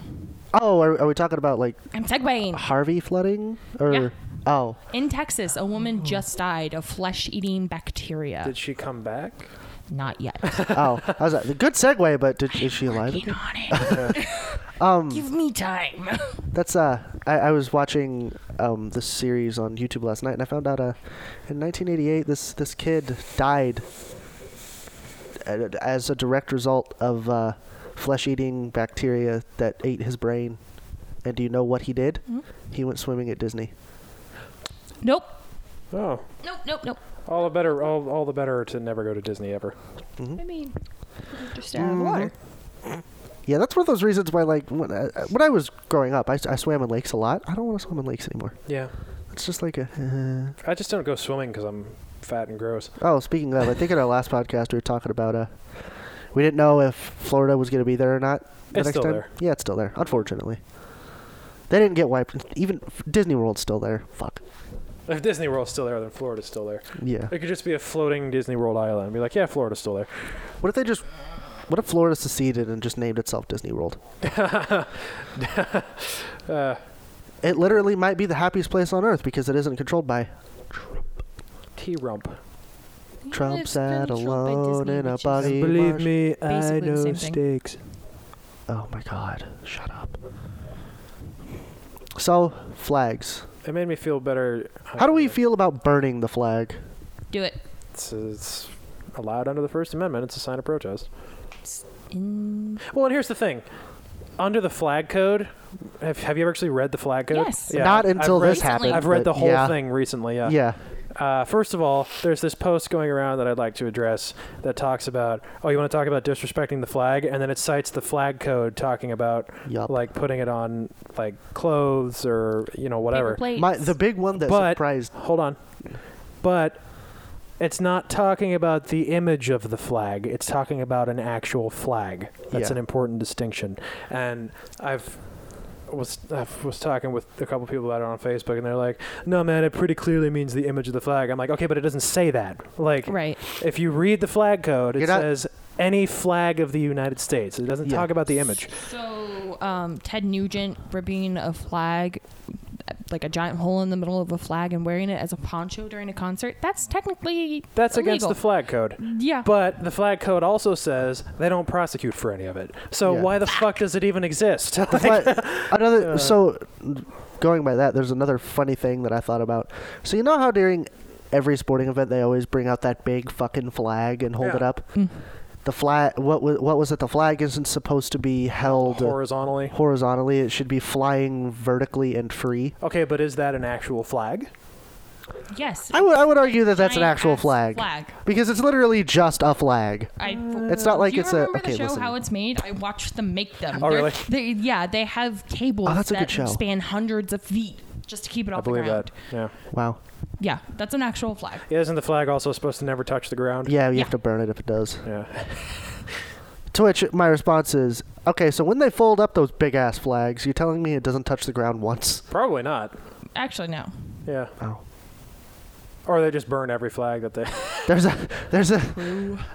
Oh, are, are we talking about like I'm segueing. Harvey flooding or? Yeah. Oh, In Texas, a woman just died of flesh eating bacteria. did she come back? Not yet. oh, I was like, good segue, but did, is she alive? Working on it. Give me time. That's uh, I, I was watching um this series on YouTube last night, and I found out uh, in 1988 this this kid died a- as a direct result of uh, flesh-eating bacteria that ate his brain. And do you know what he did? He went swimming at Disney. Nope. Oh, Nope. Nope. Nope. all the better. All, all the better to never go to Disney ever. I mean, just out of the water. Yeah, that's one of those reasons why, like, when I, when I was growing up, I, s- I swam in lakes a lot. I don't want to swim in lakes anymore. Yeah, It's just like a. uh, I just don't go swimming because I'm fat and gross. Oh, speaking of, I think in our last podcast we were talking about uh, we didn't know if Florida was going to be there or not. The It's next still time. there. Yeah, it's still there. Unfortunately, they didn't get wiped. Even Disney World's still there. Fuck. If Disney World's still there, then Florida's still there. Yeah. It could just be a floating Disney World island. Be like, yeah, Florida's still there. What if they just? What if Florida seceded and just named itself Disney World? Uh, it literally might be the happiest place on earth because it isn't controlled by T rump. Trump's It's been out Trump and alone Disney, in a which is- buggy. Believe me. Basically the same thing. steaks. Oh my god, shut up. So, flags. It made me feel better. How do we feel about burning the flag? Do it. It's, it's allowed under the First Amendment. It's a sign of protest. In- Well, and here's the thing. Under the flag code, have, have you ever actually read the flag code? Yes. Not I've- until I've this read, Recently. happened. I've read but the whole yeah. thing recently. Yeah. Yeah. Uh, first of all, there's this post going around that I'd like to address that talks about, oh, you want to talk about disrespecting the flag, and then it cites the flag code talking about Yup. like putting it on like clothes or you know paper whatever. plates. My the big one that But surprised hold on, but it's not talking about the image of the flag. It's talking about an actual flag. That's Yeah. an important distinction. And I've was I was talking with a couple people about it on Facebook, and they're like, "No, man, it pretty clearly means the image of the flag." I'm like, "Okay, but it doesn't say that." Like, Right. if you read the flag code, it You're not- says any flag of the United States. It doesn't Yeah. talk about the image. So, um, Ted Nugent ripping a flag, like a giant hole in the middle of a flag, and wearing it as a poncho during a concert, that's technically. That's against illegal. the flag code. Yeah. But the flag code also says they don't prosecute for any of it. So Yeah. why the fuck does it even exist? the flag. another so going by that, there's another funny thing that I thought about. So you know how during every sporting event they always bring out that big fucking flag and hold Yeah. it up? The flag what was what was it? The flag isn't supposed to be held horizontally. horizontally. It should be flying vertically and free. Okay, but is that an actual flag? Yes. I would I would argue that that's an Giant actual ass flag. flag. Because it's literally just a flag. I, uh, It's not like Do you it's a- remember okay, the show listen. how it's made? I watched them make them. Oh, They're- really? They, yeah, they have tables Oh, that's a that good show. span hundreds of feet. just to keep it I off the believe ground. that. Yeah. Wow. Yeah, that's an actual flag. Isn't the flag also supposed to never touch the ground? Yeah, you Yeah. have to burn it if it does. Yeah. To which my response is, okay, so when they fold up those big ass flags, you're telling me it doesn't touch the ground once? Probably not. Actually, no. Yeah. Oh. Or they just burn every flag that they. There's a there's a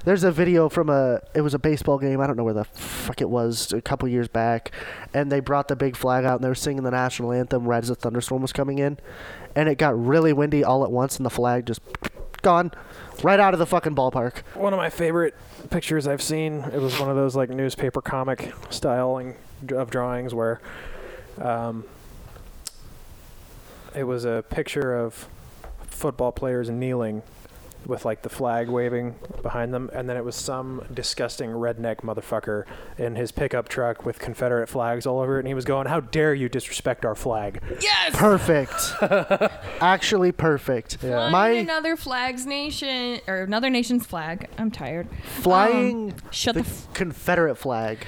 there's a video from a it was a baseball game I don't know where the fuck it was a couple years back, and they brought the big flag out and they were singing the national anthem right as a thunderstorm was coming in, and it got really windy all at once and the flag just gone, right out of the fucking ballpark. one of my favorite pictures I've seen. It was one of those like newspaper comic styling of drawings where um, it was a picture of football players kneeling with like the flag waving behind them and then it was some disgusting redneck motherfucker in his pickup truck with confederate flags all over it and he was going how dare you disrespect our flag Yes. Perfect, actually perfect. Yeah. Flying um, My another flag's nation or another nation's flag. I'm tired. flying Shut the the f- Confederate flag,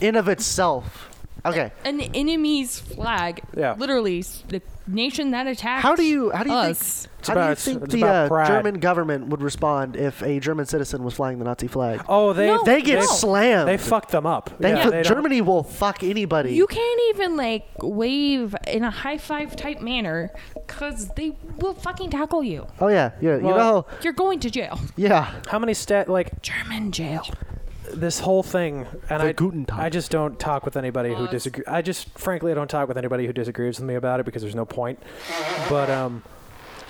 in of itself. Okay, an enemy's flag. Yeah. Literally, s- the nation that attacked. how do you how do you us? think how about- do you it's- think it's the about uh, pride. German government would respond if a German citizen was flying the Nazi flag? oh they No, They get no. slammed. they fucked them up They Yeah, fu- they don't- Germany will fuck anybody. You can't even like wave in a high five type manner because they will fucking tackle you. oh yeah, yeah. you Well- know, You're going to jail. yeah. how many stat like German jail. this whole thing, and The I, Guten Tag. I just don't talk with anybody who Pause. disagrees. I just, frankly, I don't talk with anybody who disagrees with me about it because there's no point. But um,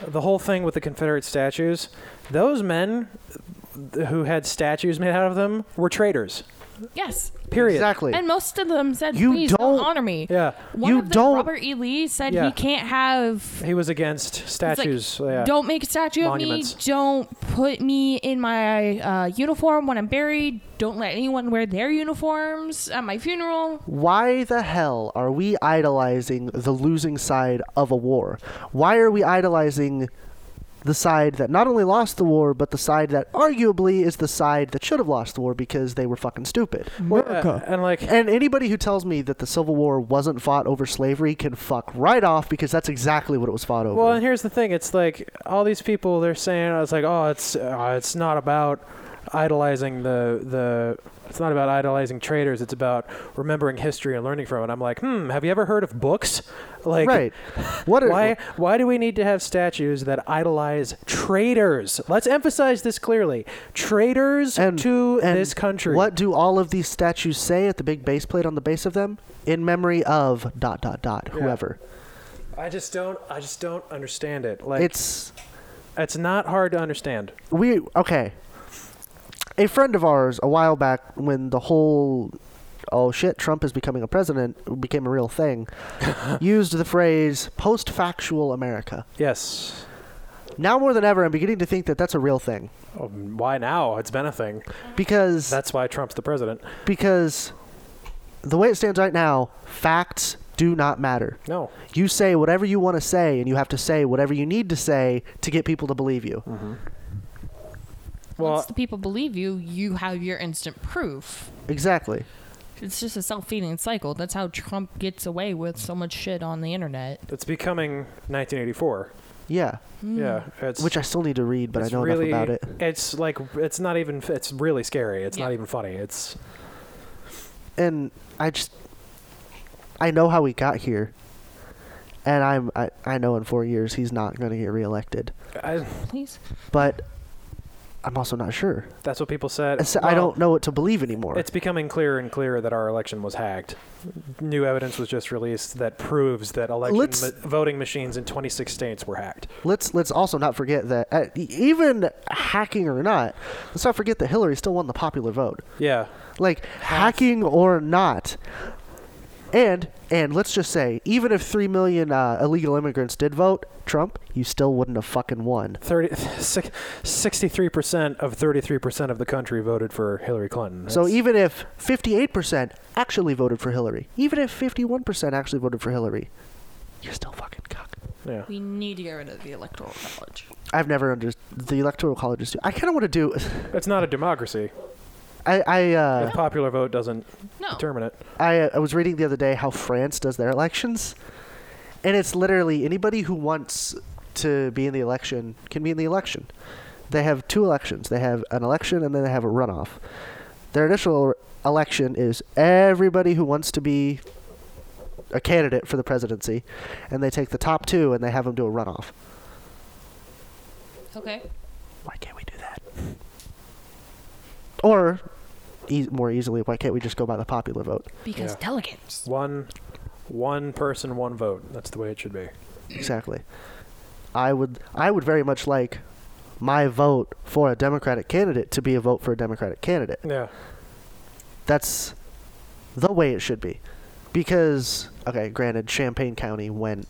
the whole thing with the Confederate statues, those men th- who had statues made out of them were traitors. Yes. Period. Exactly. And most of them said, You "Please don't- don't honor me." Yeah, One You of them, don't- Robert E. Lee said Yeah. he can't have. he was against it's like, statues. yeah. Don't make a statue Monuments. of me. Don't put me in my uh, uniform when I'm buried. Don't let anyone wear their uniforms at my funeral. Why the hell are we idolizing the losing side of a war? Why are we idolizing the side that not only lost the war, but the side that arguably is the side that should have lost the war because they were fucking stupid? Well, yeah, and like, And anybody who tells me that the Civil War wasn't fought over slavery can fuck right off because that's exactly what it was fought over. Well, and here's the thing: it's like all these people they're saying, "I was like, oh, it's uh, it's not about idolizing the the." It's not about idolizing traitors. It's about remembering history and learning from it. I'm like, hmm. Have you ever heard of books? Like, right. What are, why why do we need to have statues that idolize traitors? Let's emphasize this clearly: traitors to and this country. What do all of these statues say at the big base plate on the base of them? In memory of dot dot dot whoever. I just don't. I just don't understand it. Like, it's It's it's not hard to understand. we okay. A friend of ours a while back when the whole oh shit Trump is becoming a president became a real thing used the phrase post factual America. Yes. Now more than ever I'm beginning to think that that's a real thing Oh, why now? It's been a thing. because That's why Trump's the president. because the way it stands right now facts do not matter. No. you say whatever you want to say and you have to say whatever you need to say to get people to believe you Mm-hmm. Well, Once the people believe you, you have your instant proof. exactly It's just a self-feeding cycle. That's how Trump gets away with so much shit on the internet. it's becoming 1984. yeah Yeah, it's which i still need to read but i it's know really, enough about it It's like it's not even. It's really scary. It's not even funny. It's and i just i know how we got here and i'm i, I know in four years he's not going to get reelected I, Please. but i'm also not sure that's what people said. I s- i Well, don't know what to believe anymore It's becoming clearer and clearer that our election was hacked. New evidence was just released that proves that Let's- election ma- voting machines in 26 states were hacked. let's let's also not forget that uh, e- even hacking or not let's not forget that hillary still won the popular vote Yeah, like hacking or not and and let's just say even if 3 million uh, illegal immigrants did vote trump you still wouldn't have fucking won 30, six- 63% of 33% of the country voted for Hillary Clinton. so That's- even if 58% actually voted for hillary even if 51% actually voted for hillary you're still fucking cock yeah. We need to get rid of the electoral college. i've never under the electoral college is i kind of want to do it's not a democracy. i i uh The popular vote doesn't No. determine it. I, I was reading the other day how France does their elections, And it's literally anybody who wants to be in the election can be in the election. They have two elections. They have an election and then they have a runoff. Their initial election is everybody who wants to be a candidate for the presidency, and they take the top two and they have them do a runoff. Okay. Why can't we do that? Or e- more easily, why can't we just go by the popular vote? Because Yeah. delegates. One, one person, one vote. That's the way it should be. Exactly. I would I would very much like my vote for a Democratic candidate to be a vote for a Democratic candidate. Yeah. That's the way it should be. Because okay, granted Champaign County went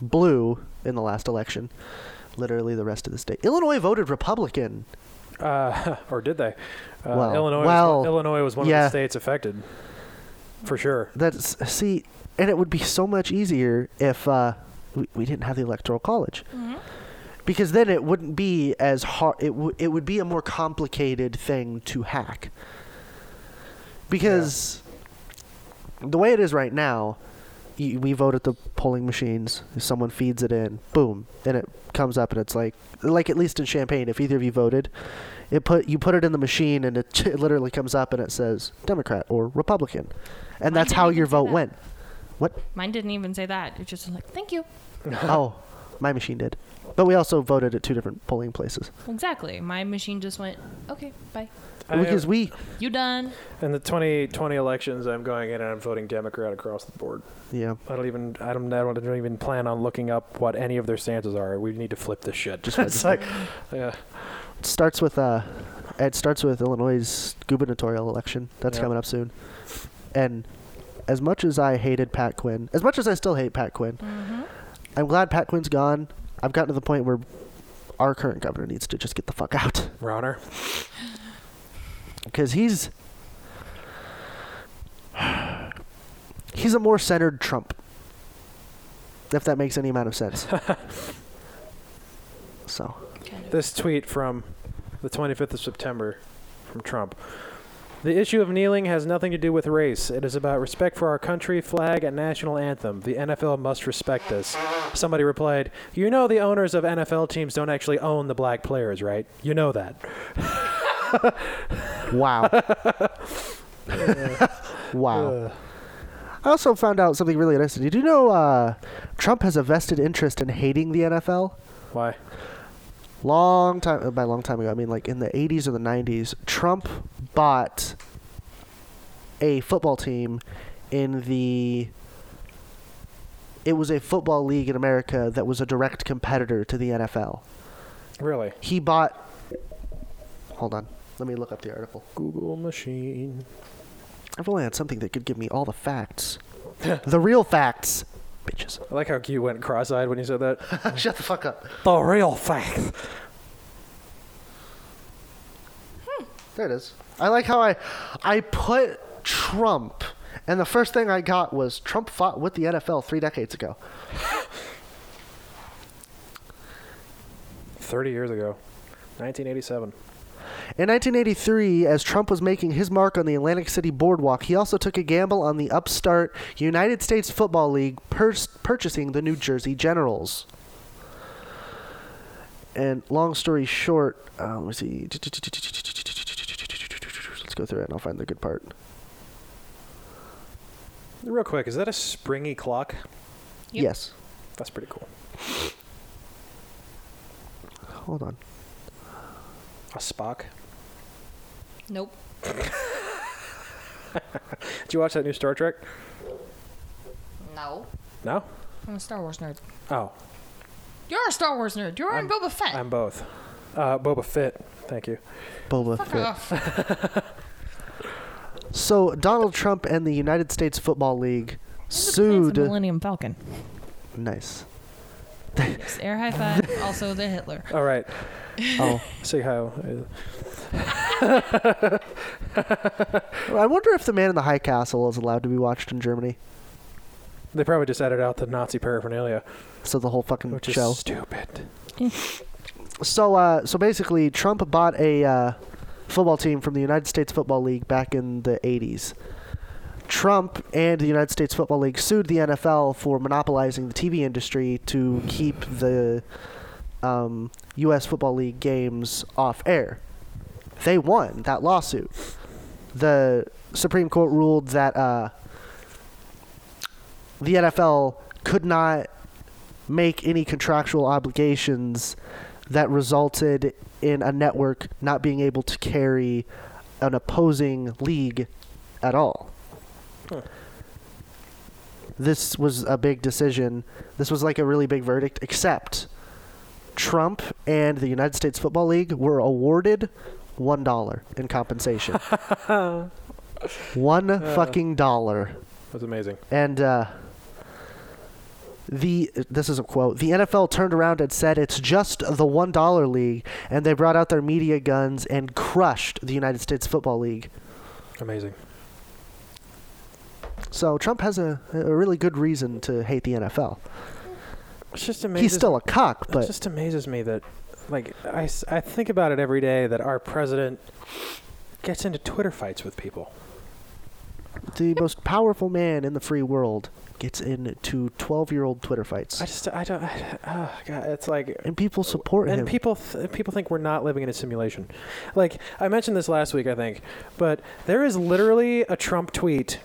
blue in the last election. Literally the rest of the state. Illinois voted Republican. Uh, or did they? Uh, Well, Illinois, well, was, Illinois was one of yeah. the states affected, for sure. That's see, and it would be so much easier if uh, we, we didn't have the electoral college, Mm-hmm. because then it wouldn't be as hard. It would it would be a more complicated thing to hack. Because the way it is right now, y we vote at the polling machines. Someone feeds it in, boom, and it comes up, and it's like like at least in Champagne, if either of you voted. It put you put it in the machine and it, it literally comes up and it says Democrat or Republican, and Mine that's how didn't your even say vote that. went. What? Mine didn't even say that. It just was like, thank you. oh, my machine did. But we also voted at two different polling places Exactly. My machine just went, okay, bye. because we You done. in the 2020 elections, I'm going in and I'm voting Democrat across the board. yeah I don't even I don't, I don't, I don't even plan on looking up what any of their stances are. We need to flip this shit. Just it's like, yeah, it starts with uh it starts with Illinois gubernatorial election that's Yeah. coming up soon, and as much as I hated Pat Quinn, as much as I still hate Pat Quinn, Mm-hmm. I'm glad Pat Quinn's gone. I've gotten to the point where our current governor needs to just get the fuck out. Ronner. because he's he's a more centered Trump, if that makes any amount of sense. so This tweet from the 25th of September from Trump. The issue of kneeling has nothing to do with race. It is about respect for our country, flag, and national anthem. The NFL must respect this. Somebody replied, You know the owners of NFL teams don't actually own the black players, right? You know that. wow, wow. I also found out something really interesting. Did you know uh, Trump has a vested interest in hating the NFL? Why? long time uh, by long time ago i mean like in the 80s or the 90s trump bought a football team in the it was a football league in america that was a direct competitor to the nfl Really? he bought hold on let me look up the article Google machine. i've only had something that could give me all the facts the real facts bitches I like how you went cross eyed when you said that. shut the fuck up the real fact. There it is. I like how I I put Trump and the first thing I got was Trump fought with the NFL 3 decades ago. 30 years ago. 1987. In 1983, as Trump was making his mark on the Atlantic City boardwalk, he also took a gamble on the upstart United States Football League pers- purchasing the New Jersey Generals. And long story short, uh, let me see. Let's go through it and I'll find the good part. Real quick, is that a springy clock? Yep. Yes. That's pretty cool. Hold on. A Spock. Nope. Did you watch that new Star Trek? No. No? I'm a Star Wars nerd. Oh, You're a Star Wars nerd. You're in Boba Fett. I'm both. Uh, Boba Fett. Thank you. Boba Fuck Fett. off. So Donald Trump and the United States Football League It's the sued. Millennium Falcon. Nice. Yes, air high five. also the Hitler. All right. Oh, See how. uh, I wonder if the Man in the High Castle is allowed to be watched in Germany. They probably just added out the Nazi paraphernalia, So the whole fucking which show. is stupid. So, uh, so basically, Trump bought a uh, football team from the United States Football League back in the '80s. Trump and the United States Football League sued the NFL for monopolizing the TV industry to keep the um, U.S. Football League games off air. They won that lawsuit. The Supreme Court ruled that uh, the NFL could not make any contractual obligations that resulted in a network not being able to carry an opposing league at all. This was a big decision. This was like a really big verdict, except Trump and the United States Football League were awarded $1 in compensation. One fucking dollar. That's amazing. And uh, the this is a quote. The NFL turned around and said it's just the one dollar league, and they brought out their media guns and crushed the United States Football League. Amazing. So Trump has a, a really good reason to hate the NFL. It's just amazing. He's still a cock, It but just amazes me that, like, I, s- I think about it every day that our president gets into Twitter fights with people. the most powerful man in the free world gets into twelve-year-old Twitter fights, I just I don't. I, oh God, it's like and people support and him. people th- people think we're not living in a simulation. Like I mentioned this last week, I think, but there is literally a Trump tweet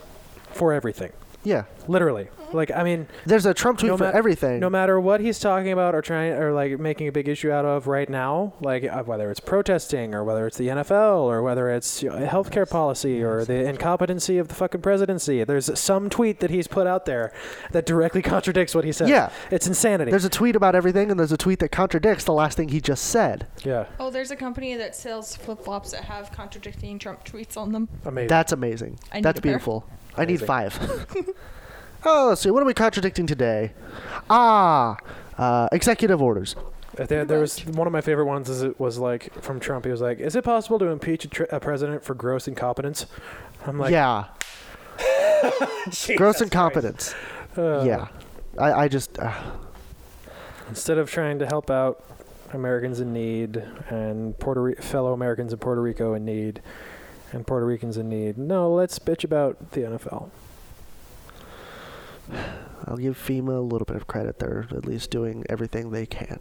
for everything. yeah, Literally, like I mean, there's a Trump tweet no for mat- everything. No matter what he's talking about or trying or like making a big issue out of right now, like uh, whether it's protesting or whether it's the NFL or whether it's you know, healthcare policy or the incompetency of the fucking presidency, there's some tweet that he's put out there that directly contradicts what he said. Yeah. it's insanity. there's a tweet about everything, and there's a tweet that contradicts the last thing he just said. yeah, Oh, there's a company that sells flip flops that have contradicting Trump tweets on them. amazing. That's amazing. I need That's a pair. beautiful. I need Amazing. five. oh, let's see. What are we contradicting today? Ah, uh, executive orders. Uh, There, there was one of my favorite ones. Is it was like from Trump. He was like, "Is it possible to impeach a, tr- a president for gross incompetence?" I'm like, yeah. Gross incompetence. uh, yeah. I, I just. Uh, Instead of trying to help out Americans in need and Puerto Ri- fellow Americans in Puerto Rico in need and Puerto Ricans in need, no, let's bitch about the NFL. I'll give FEMA a little bit of credit. They're at least doing everything they can.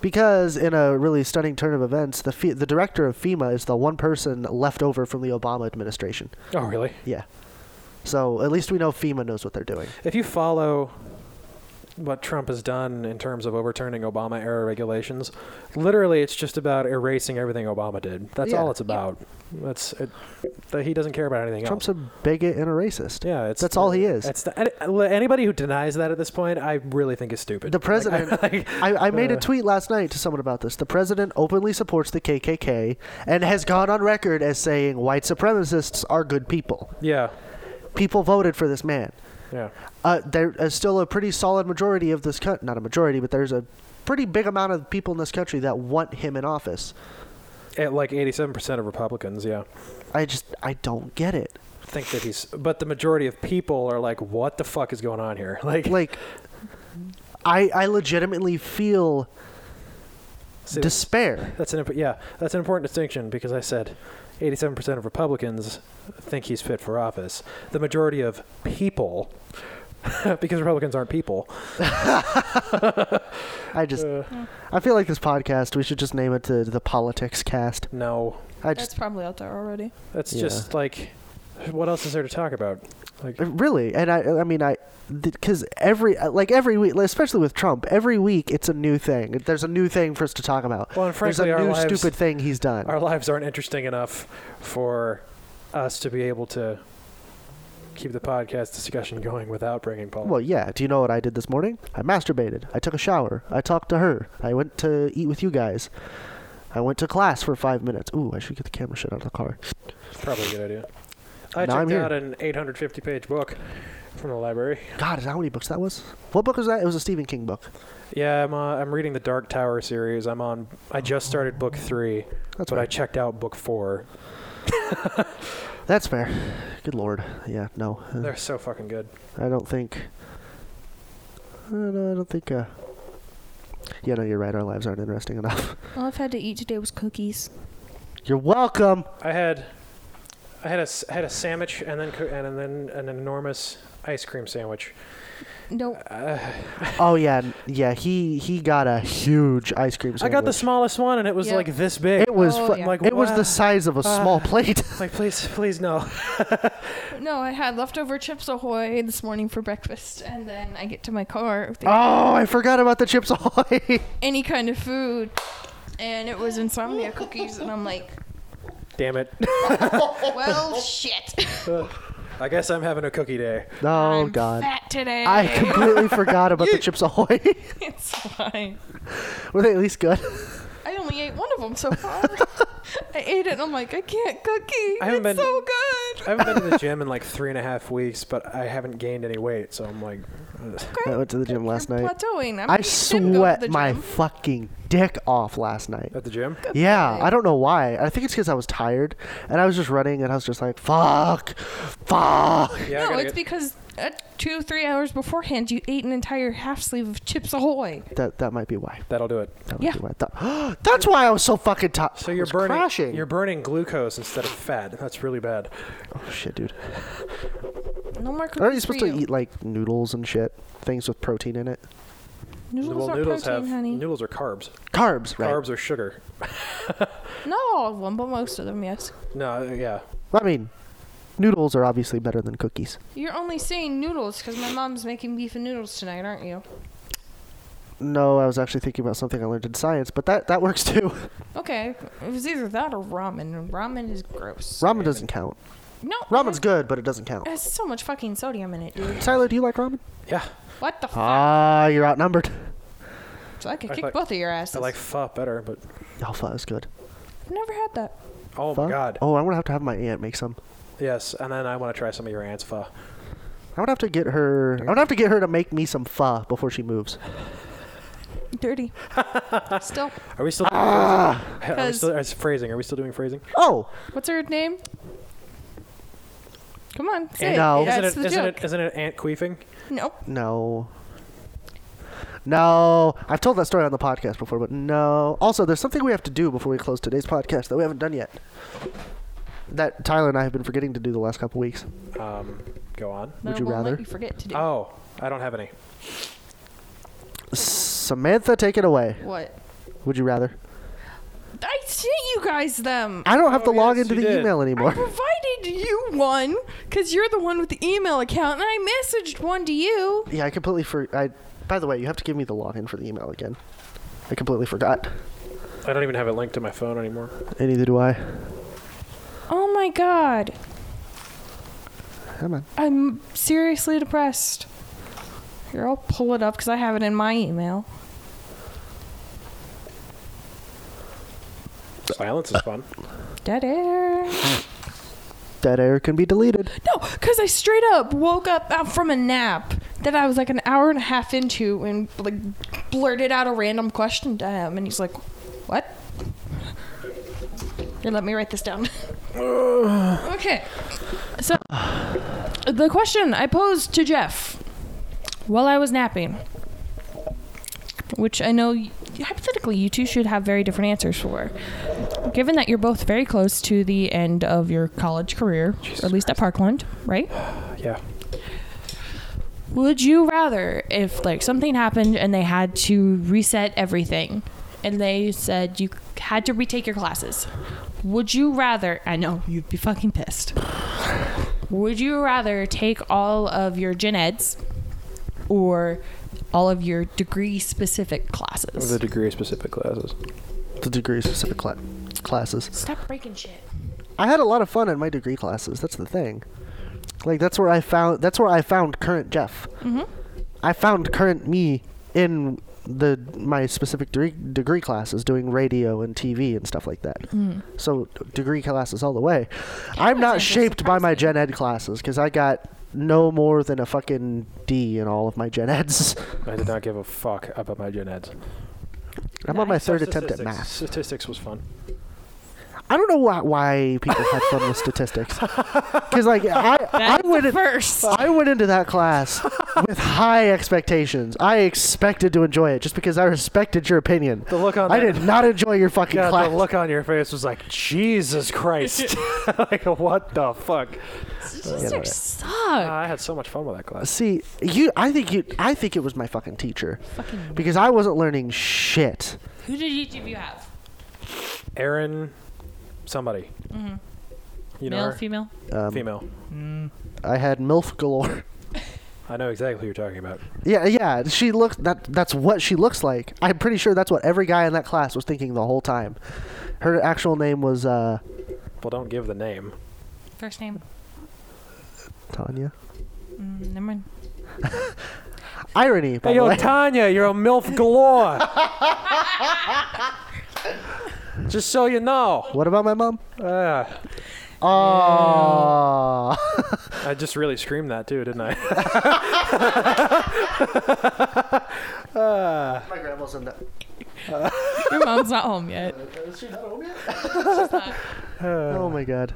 Because in a really stunning turn of events, the fe- the director of FEMA is the one person left over from the Obama administration. Oh, really? Yeah. So at least we know FEMA knows what they're doing. If you follow what Trump has done in terms of overturning Obama era regulations, literally it's just about erasing everything Obama did. That's Yeah. all it's about. That's it, that he doesn't care about anything Trump's else. a bigot and a racist. yeah, it's that's all he is. It's the, any- anybody who denies that at this point, I really think is stupid. The Like, I- president- like- I, I made a Uh. tweet last night to someone about this. The president openly supports the KKK and has gone on record as saying white supremacists are good people. yeah, People voted for this man. yeah. Uh, there is still a pretty solid majority of this country, not a majority, but there's a pretty big amount of people in this country that want him in office. At like 87% of Republicans, yeah. I just, I don't get it. Think that he's, but the majority of people are like, what the fuck is going on here? Like, Like, I, I legitimately feel see, despair. that's an, imp- yeah, that's an important distinction because I said 87% of Republicans think he's fit for office. The majority of people, because Republicans aren't people. I just, Uh, I feel like this podcast, we should just name it the, the politics cast. no, I That's just, probably out there already. that's Yeah. just like, what else is there to talk about? Like, Really, and I, I mean, I, because every, uh, like every week, like, especially with Trump, every week it's a new thing. There's a new thing for us to talk about. Well, and frankly, there's our a new lives- stupid thing he's done. our lives aren't interesting enough for us to be able to keep the podcast discussion going without bringing Paul. well, yeah. Do you know what I did this morning? I masturbated. I took a shower. I talked to her. I went to eat with you guys. I went to class for five minutes. Ooh, I should get the camera shit out of the car. Probably a good idea. I Now checked I'm here. out an 850 page book from the library. God, is that how many books that was? What book was that? It was a Stephen King book. Yeah, I'm, uh, I'm reading the Dark Tower series. I'm on. I just started book three, That's but fair. I checked out book four. That's fair. Good lord. Yeah. No. Uh, They're so fucking good. I don't think. I don't, I don't think. Uh, yeah, no, you're right. Our lives aren't interesting enough. All I've had to eat today was cookies. You're welcome. I had I had a s- I had a sandwich and then co- and then an enormous ice cream sandwich. No, Uh, Oh yeah, n- yeah. He he got a huge ice cream I sandwich. got the smallest one and it was Yeah. like this big. It was Oh, fu- yeah. Like, it was wow. the size of a small plate. like please please no. no, I had leftover chips ahoy this morning for breakfast, and then I get to my car with oh, I forgot about the chips ahoy. any kind of food, and it was insomnia cookies, and I'm like, Damn it. well, shit. I guess I'm having a cookie day. oh I'm god. fat today. I completely forgot about the chips ahoy. it's fine. Were they at least good? I only ate one of them so far. I ate it, and I'm like, I can't cookie. I it's haven't been- so good. I haven't been to the gym in like three and a half weeks, but I haven't gained any weight, so I'm like, I went to the gym last You're night. Plateauing. I'm I didn't go to the sweat my gym. fucking dick off last night. at the gym. Yeah, I don't know why. I think it's because I was tired and I was just running and I was just like, fuck, fuck. Yeah, I no, gotta it's get- because uh, two, three hours beforehand, you ate an entire half sleeve of Chips Ahoy. That that might be why. that'll do it. That might Yeah. be why. Th- That's why I was so fucking tired. So you're burning Crashing. you're burning glucose instead of fat. That's really bad. oh shit, dude. No more cookies Aren't you for supposed to you. eat like noodles and shit? Things with protein in it. Noodles well, are noodles protein, have honey. noodles are carbs. Carbs, right? Carbs are sugar. Not all of them, but most of them, yes. No, uh, yeah. I mean, noodles are obviously better than cookies. You're only saying noodles because my mom's making beef and noodles tonight, aren't you? No, I was actually thinking about something I learned in science, but that that works too. Okay, it was either that or ramen, and ramen is gross. Ramen doesn't count. no, Ramen's it good, but it doesn't count. has so much fucking sodium in it, dude. Tyler, do you like ramen? Yeah. What the fuck? Ah, you're outnumbered. So I could I kick like- both of your asses. I like pho better, but Alpha is good. I've never had that. oh Pho? my god. Oh, I'm gonna have to have my aunt make some. Yes, and then I want to try some of your aunt's pho. I would have to get her. I would have to get her to make me some pho before she moves. Dirty. Still. Are we still? Doing Ah! phrasing? Are we 'Cause- still it's phrasing? Are we still doing phrasing? Oh, What's her name? Come on, say Aunt- No. it. That's isn't the it, isn't joke. it isn't it aunt queefing? Nope. no, no. I've told that story on the podcast before, but no. Also, there's something we have to do before we close today's podcast that we haven't done yet. That Tyler and I have been forgetting to do the last couple weeks. Um, go on. No, Would you won't rather? Let you forget to do. Oh, I don't have any. Samantha, take it away. What? Would you rather? I sent you guys them. I don't have to Oh, log yes, into you the did. email I anymore. provided you one because you're the one with the email account, and I messaged one to you. yeah, I completely for. I. By the way, you have to give me the login for the email again. I completely forgot. I don't even have it linked to my phone anymore. And neither do I. Oh my god, Come on. I'm seriously depressed. Here, I'll pull it up because I have it in my email. Silence is fun. Dead air. Dead air can be deleted. No, because I straight up woke up out from a nap that I was like an hour and a half into and like blurted out a random question to him, and he's like, "What?" Here, let me write this down. okay, so the question I posed to Jeff while I was napping, which I know y- hypothetically you two should have very different answers for. Given that you're both very close to the end of your college career, or at least at Parkland, right? Yeah. Would you rather if like something happened and they had to reset everything and they said you had to retake your classes? Would you rather I know you'd be fucking pissed. Would you rather take all of your gen eds or all of your degree specific classes? The degree specific classes. The degree specific cla- classes. Stop breaking shit. I had a lot of fun in my degree classes. That's the thing. Like that's where I found that's where I found current Jeff. Mm-hmm. I found current me in the my specific degree, degree classes doing radio and TV and stuff like that. So d- degree classes all the way. I'm not was shaped by my gen ed classes because I got no more than a fucking D in all of my gen eds. I did not give a fuck about my gen eds. I'm on my Nice. third attempt at Statistics- math. Statistics was fun. I don't know why, why people have fun with statistics. Because like I, I That's went in, first. I went into that class with high expectations. I expected to enjoy it just because I respected your opinion. The look on I that- did not enjoy your fucking God, class. the look on your face was like, Jesus Christ. like, what the fuck? Sister Uh, suck. I had so much fun with that class. See, you. I think you. I think it was my fucking teacher Fucking. because I wasn't learning shit. Who did each of you have? Aaron, somebody. You know, Male, her? female? Um, female. I had milf galore. I know exactly who you're talking about. Yeah, yeah. She looks that. That's what she looks like. I'm pretty sure that's what every guy in that class was thinking the whole time. Her actual name was uh, Well, don't give the name. First name? Tanya. Mm, never mind. Irony, by Hey, the yo, way. Tanya, you're a MILF galore. Just so you know. what about my mom? Uh, Oh. I just really screamed that too, didn't I? my grandma's in that. Your mom's not home yet. Is she not home yet? oh my god.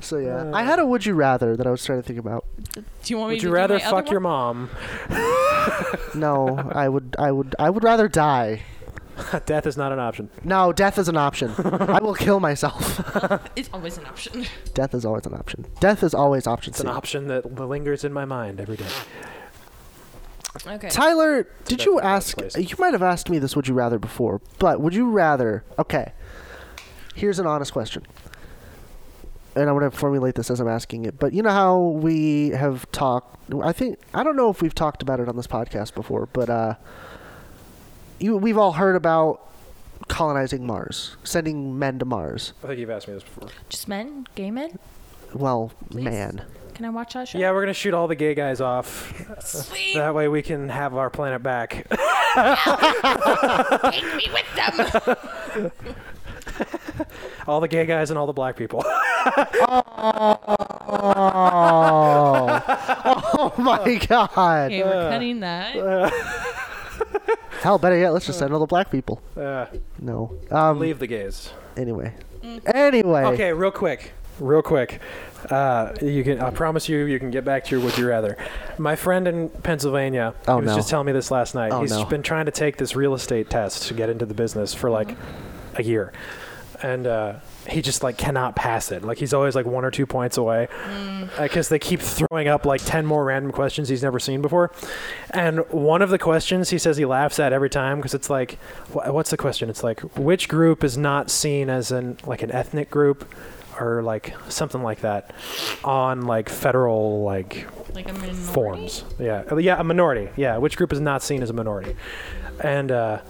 So yeah, I had a would you rather that I was trying to think about. Do you want me Would to you do rather my other fuck your one? mom? No, I would, I would, I would rather die. Death is not an option. No, death is an option. I will kill myself. It's always an option. Death is always an option. Death is always option It's C. an option that l- lingers in my mind every day. Okay. Tyler, did you definitely a ask? place. You might have asked me this would you rather before, but would you rather? Okay. Here's an honest question. And I'm going to formulate this as I'm asking it. But you know how we have talked, I think, I don't know if we've talked about it on this podcast before, but uh, you, we've all heard about colonizing Mars, sending men to Mars. I think you've asked me this before. Just men? Gay men? Well, Please. man. Can I watch that show? Yeah, we're gonna shoot all the gay guys off. Sweet. That way we can have our planet back. Take me with them. all the gay guys and all the black people. Oh. oh my God. okay, we're cutting that. Uh, Hell, better yet, let's just send all the black people. Uh, No. Um, leave the gays. Anyway. Anyway. Okay, real quick, real quick. Uh, you can. I promise you, you can get back to your would you rather. My friend in Pennsylvania, Oh, he was no. just telling me this last night. Oh, He's no. been trying to take this real estate test to get into the business for like a year, and uh, he just like cannot pass it. Like he's always like one or two points away because they keep throwing up like 10 more random questions he's never seen before. And one of the questions he says he laughs at every time because it's like, wh- what's the question? It's like, which group is not seen as an like an ethnic group or like something like that on like federal like Like I'm in forms? Yeah, Uh, yeah, a minority. Yeah, which group is not seen as a minority? And uh,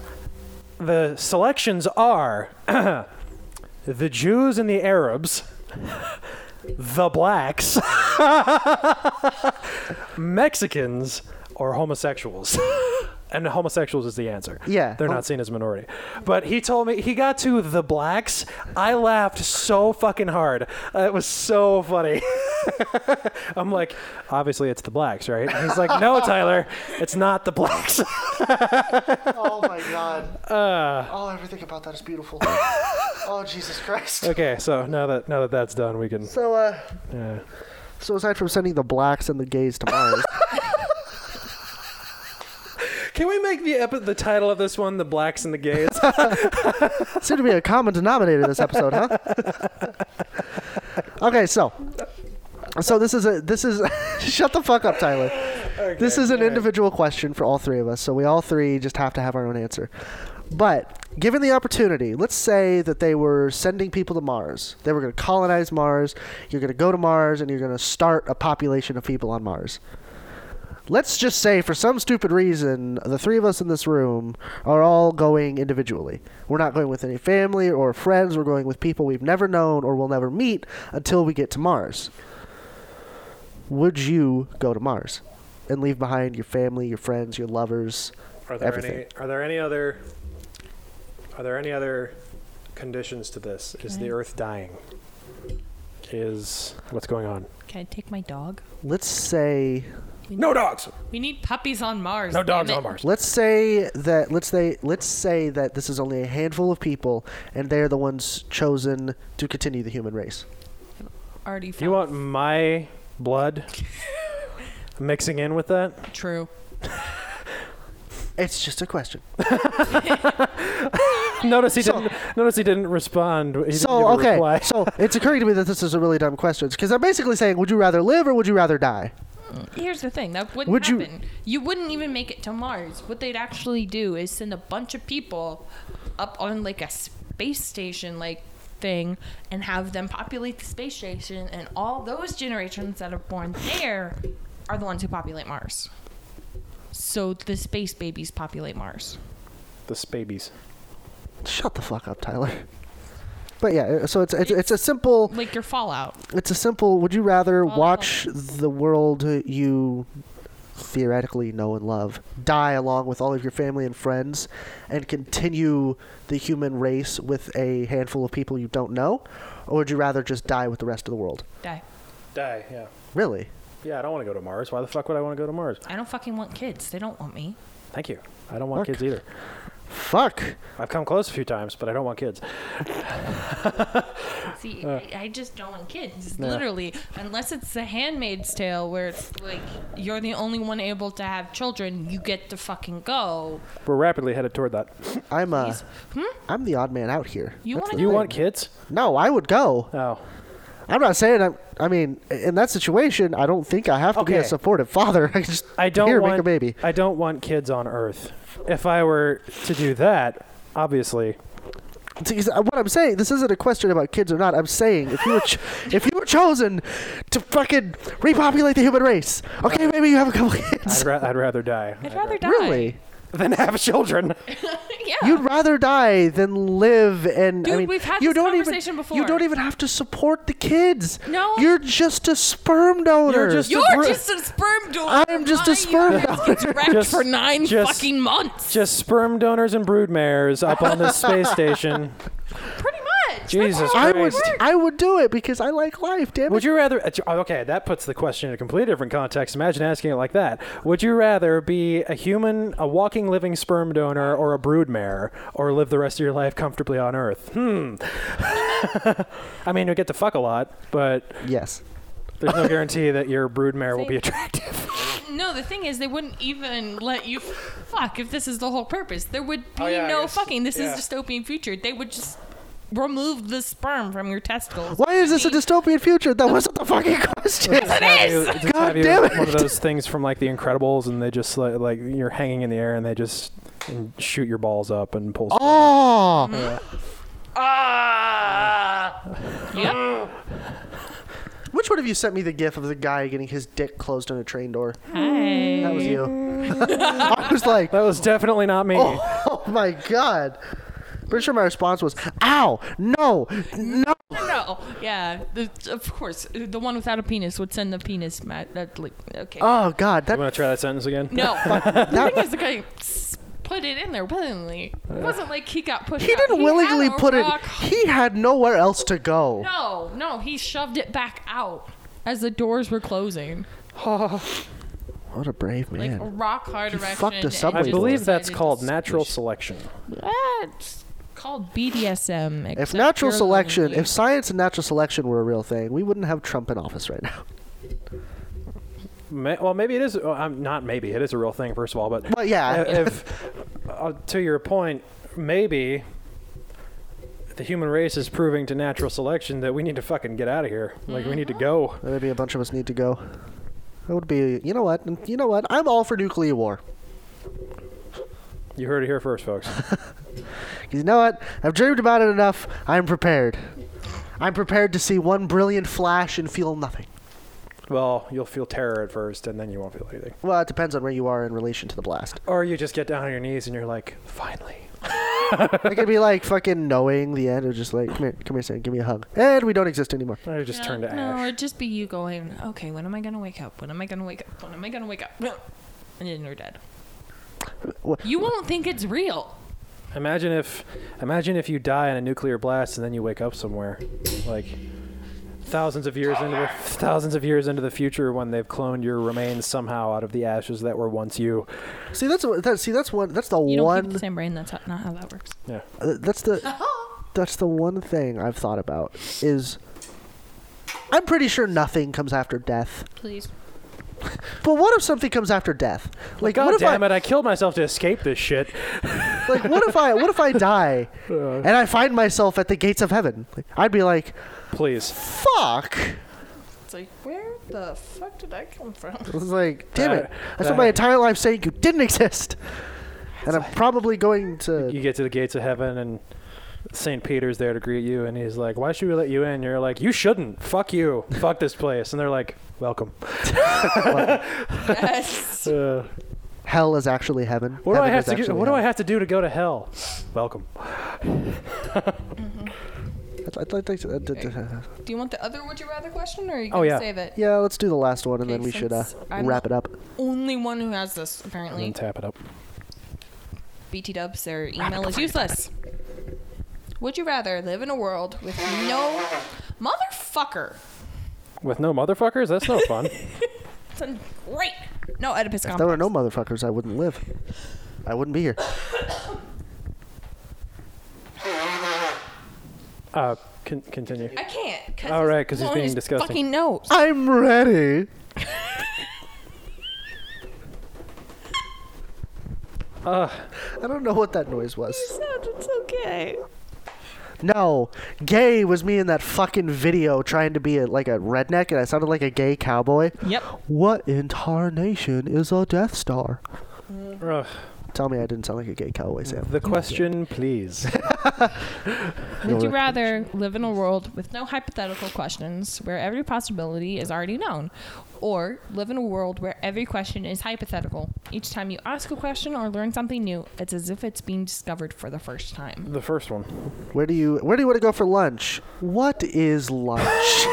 the selections are the Jews and the Arabs, the blacks. Mexicans are homosexuals. and homosexuals is the answer. Yeah. They're Hom- not seen as a minority. But he told me he got to the blacks. I laughed so fucking hard. Uh, it was so funny. I'm like, obviously it's the blacks, right? And he's like, no, Tyler, it's not the blacks. Oh my god. Uh. oh, everything about that is beautiful. oh Jesus Christ. okay, so now that now that that's done, we can. So uh Yeah. so aside from sending the blacks and the gays to Mars, Can we make the epi- the title of this one the blacks and the gays? seem to be a common denominator this episode, huh? okay, so so this is a this is shut the fuck up, Tyler. this is an individual question for all three of us, so we all three just have to have our own answer. But given the opportunity, let's say that they were sending people to Mars. They were going to colonize Mars. You're going to go to Mars and you're going to start a population of people on Mars. Let's just say, for some stupid reason, the three of us in this room are all going individually. We're not going with any family or friends. We're going with people we've never known or will never meet until we get to Mars. Would you go to Mars and leave behind your family, your friends, your lovers? Are there everything. any? Are there any other? Are there any other conditions to this? Is the Okay. Earth dying? Is what's going on? Can I take my dog? Let's say No dogs. We need puppies on Mars. No damn dogs it. on Mars. Let's say that let's say let's say that this is only a handful of people, and they're the ones chosen to continue the human race. Already found. You want my blood? mixing in with that. True. It's just a question. Notice he didn't. Notice he didn't respond. He didn't So give a okay, reply. so it's occurring to me that this is a really dumb question because they're basically saying, would you rather live or would you rather die? Here's the thing that wouldn't Would you- happen. You... wouldn't even make it to Mars. What they'd actually do is send a bunch of people up on like a space station like thing and have them populate the space station and all those generations that are born there are the ones who populate Mars. So the space babies populate Mars. the spabies. Shut the fuck up, Tyler. But yeah, so it's it's, it's a simple Like your Fallout. it's a simple. Would you rather Well, watch the world you theoretically know and love die along with all of your family and friends, and continue the human race with a handful of people you don't know, or would you rather just die with the rest of the world? Die. Die. Yeah. Really? Yeah. I don't want to go to Mars. Why the fuck would I want to go to Mars? I don't fucking want kids. They don't want me. Thank you. I don't want Fuck. kids either. Fuck. I've come close a few times, but I don't want kids. See, Uh. I- I just don't want kids. Literally, unless it's The Handmaid's Tale, where it's like you're the only one able to have children, you get to fucking go. We're rapidly headed toward that. I'm uh, He's- hmm? I'm the odd man out here. You That's wanna the You go? thing. want kids? No, I would go. Oh. I'm not saying I'm. I mean, in that situation, I don't think I have to be a Okay. supportive father. I just I don't here want make a baby. I don't want kids on Earth. If I were to do that, obviously, Because uh, What I'm saying, this isn't a question about kids or not. I'm saying if you were, ch- if you were chosen to fucking repopulate the human race, okay, maybe you have a couple I'd, kids. ra- I'd rather die I'd rather die. Really, than have children. Yeah. you'd rather die than live, and I Dude, mean, we've had you this don't conversation even before. you don't even have to support the kids. No. you're just a sperm donor. just- You're Bru- just a sperm donor. I am just a Why sperm you donor. Gets wrecked Just- for nine just- fucking months. Just sperm donors and broodmares up on the space station. Pretty much. That's Jesus all I it would, Christ. works. I would do it because I like life. Damn it. Would you rather? uh, Okay, that puts the question in a completely different context. Imagine asking it like that. Would you rather be a human, a walking, living sperm donor, or a broodmare, or live the rest of your life comfortably on Earth? Hmm. I mean, you get to fuck a lot, but Yes. there's no guarantee that your broodmare will be attractive. No, the thing is, they wouldn't even let you fuck if this is the whole purpose. There would be Oh, yeah, I no guess. fucking. This Yeah. is dystopian future. They would just remove the sperm from your testicles. Why is this a dystopian future? That wasn't the fucking question. Have you- just God have you damn it. One of those things from like The Incredibles, and they just like, like you're hanging in the air, and they just shoot your balls up and pull. Oh, Yep. which one of you sent me the gif of the guy getting his dick closed on a train door? Hey. That was you. I was like, That was definitely not me. oh my god. Pretty sure my response was, "Ow, no, no." No. Yeah. The, of course, the one without a penis would send the penis. Matt. That like okay. Oh god, You that want to try that sentence again? no. the that- thing is, the guy s- put it in there willingly. It wasn't like he got pushed. he out. didn't had willingly a put it. rock- He had nowhere else to go. No, no. He shoved it back out as the doors were closing. What a brave Like a man. rock hard erection. fucked a and subway I just Wait, believe decided that's to called s- natural selection. Ah, it's called BDSM. If except natural you're selection, lonely. if science and natural selection were a real thing, we wouldn't have Trump in office right now. Ma well, maybe it is. well, I'm not maybe it is a real thing. First of all, but Well, yeah. i- if uh, to your point, maybe the human race is proving to natural selection that we need to fucking get out of here. Like we need Mm-hmm. to go. Maybe a bunch of us need to go. That would be, you know what, you know what? I'm all for nuclear war. You heard it here first, folks. 'Cause you know what? I've dreamed about it enough. I'm prepared. I'm prepared to see one brilliant flash and feel nothing. well, you'll feel terror at first, and then you won't feel anything. Well, it depends on where you are in relation to the blast. Or you just get down on your knees and you're like, finally. It could be like fucking knowing the end, or just like, come here, come here, Sam, give me a hug, and we don't exist anymore. I just turned to No, ash. it'd just be you going, okay, when am I going to wake up? When am I going to wake up? When am I going to wake up? And then you're dead. Wha- You won't think it's real. Imagine if, imagine if you die in a nuclear blast and then you wake up somewhere, like thousands of years into the, thousands of years into the future when they've cloned your remains somehow out of the ashes that were once you. See, that's that, see, that's one. That's the You don't one. keep the same brain. That's not, not how that works. Yeah. uh, that's the that's the one thing I've thought about is. I'm pretty sure nothing comes after death. Please. But what if something comes after death? Like God what if damn I it! I killed myself to escape this shit. like what if I what if I die and I find myself at the gates of heaven? Like, I'd be like, Please. fuck. It's like, where the fuck did I come from? I was like, damn That- it. I spent that- my entire life saying you didn't exist. And I'm probably going to You get to the gates of heaven and. St. Peter's there to greet you, and he's like, "Why should we let you in?" You're like, "You shouldn't. Fuck you. Fuck this place." And they're like, "Welcome." Yes. Uh, hell is actually heaven. What do I Heaven have is to do? actually What do I hell. have to do to go to hell? Welcome. I'd- I'd like to- uh, d- d- uh, Do you want the other would you rather question, or are you Oh, gonna yeah. save it? Yeah, let's do the last one and Okay, then we should uh, since I'm wrap it up. Only one who has this And then apparently. tap it up. BT Dubs, their email is useless. Would you rather live in a world with no motherfucker? With no motherfuckers, that's no fun. It's a great. No Oedipus If complex. there were no motherfuckers, I wouldn't live. I wouldn't be here. Uh, con- continue. I can't. Cause Oh, his right, 'cause he's long being as disgusting. Fucking nose. I'm ready. I don't know what that noise was. It's okay. No, gay was me in that fucking video trying to be a, like a redneck, and I sounded like a gay cowboy. Yep. What incarnation is a Death Star? Ugh. Tell me I didn't sound like a gay cowboy, Sam. the question, please. Would you rather live in a world with no hypothetical questions where every possibility is already known? Or live in a world where every question is hypothetical. Each time you ask a question or learn something new, it's as if it's being discovered for the first time. the first one. Where do you Where do you want to go for lunch? What is lunch?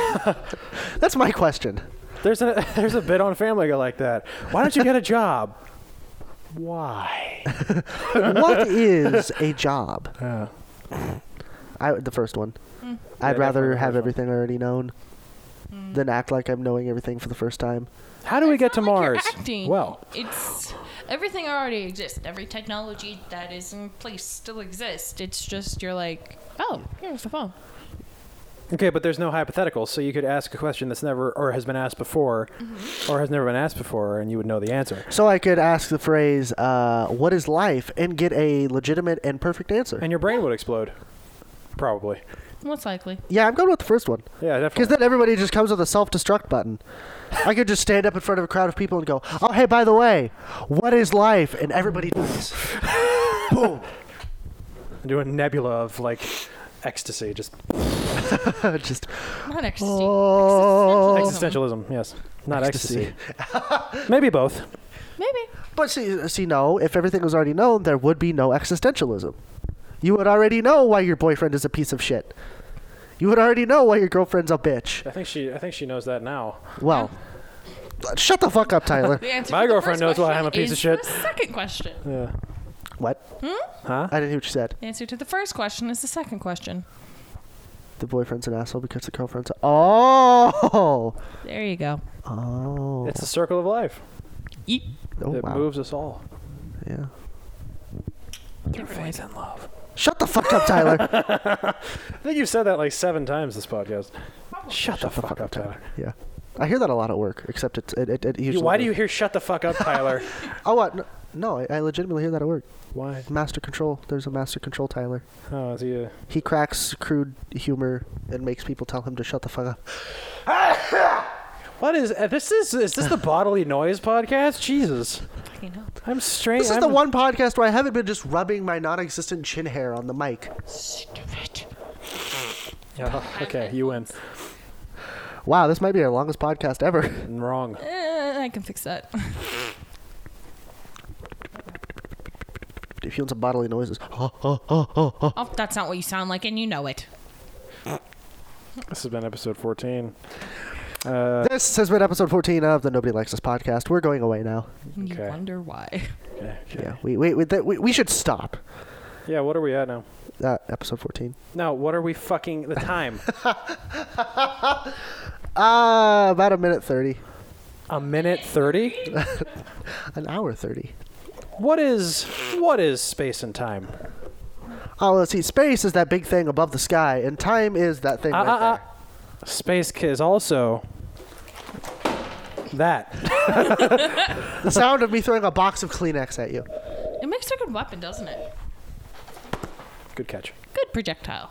That's my question. There's a there's a bit on Family Guy like that. Why don't you get a job? Why? What is a job? I the first one. I'd definitely rather the have first one. everything already known than act like I'm knowing everything for the first time. How do we get to Not like you're Mars? acting. Well, it's everything already exists. Every technology that is in place still exists. It's just you're like, oh, here's the phone. okay, but there's no hypothetical, so you could ask a question that's never or has been asked before, or has never been asked before, and you would know the answer. So I could ask the phrase, uh, "What is life?" and get a legitimate and perfect answer. And your brain would explode. Probably. Most likely. yeah, I'm going with the first one Yeah, because definitely. then everybody just comes with a self-destruct button. I could just stand up in front of a crowd of people and go, "Oh, hey, by the way, what is life?" and everybody dies. Do a nebula of like ecstasy, just just Not ecstasy. Oh. Existentialism. Existentialism, yes. Not ecstasy. Maybe both. Maybe. But see, uh, see, no. If everything was already known, there would be no existentialism. You would already know why your boyfriend is a piece of shit. You would already know why your girlfriend's a bitch. I think she I think she knows that now. Well, shut the fuck up, Tyler. The answer My to the girlfriend knows first why I'm a question piece of is shit. The second question. Yeah. what? Huh? I didn't hear what you said. The answer to the first question is the second question. The boyfriend's an asshole because the girlfriend's. A- oh, There you go. oh, It's the circle of life. Eat. oh it wow. moves us all. Yeah. Different ways. Shut the fuck up, Tyler. I think you've said that like seven times this podcast. Shut the fuck up, Tyler. yeah. I hear that a lot at work. Except it's it. it, it You- usually why do you hear shut the fuck up, Tyler? Oh, what? No, I, I legitimately hear that at work. why? Master control. There's a master control, Tyler. Oh, is he a, He cracks crude humor and makes people tell him to shut the fuck up. What is uh, this is is this the bodily noise podcast? Jesus. Fucking hell. I'm strange. This is the one podcast where I haven't been just rubbing my non-existent chin hair on the mic. Stupid. okay, you win. Wow, this might be our longest podcast ever. Wrong. Eh, I can fix that. if you want some bodily noises, Oh, that's not what you sound like, and you know it. This has been episode 14. Uh, this has been episode 14 of the Nobody Likes Us podcast. We're going away now. You Okay. wonder why. okay, okay. Yeah, we we we, th- we, we should stop. yeah, what are we at now? Uh, episode 14. No, what are we fucking the time? Uh, about a minute 30, a minute 30? an hour 30. What is what is space and time? Oh, let's see. Space is that big thing above the sky, and Ah, time is that thing Uh, right uh, there. uh. Space is also That. The sound of me throwing a box of Kleenex at you. It makes a good weapon, doesn't it? Good catch. Good projectile.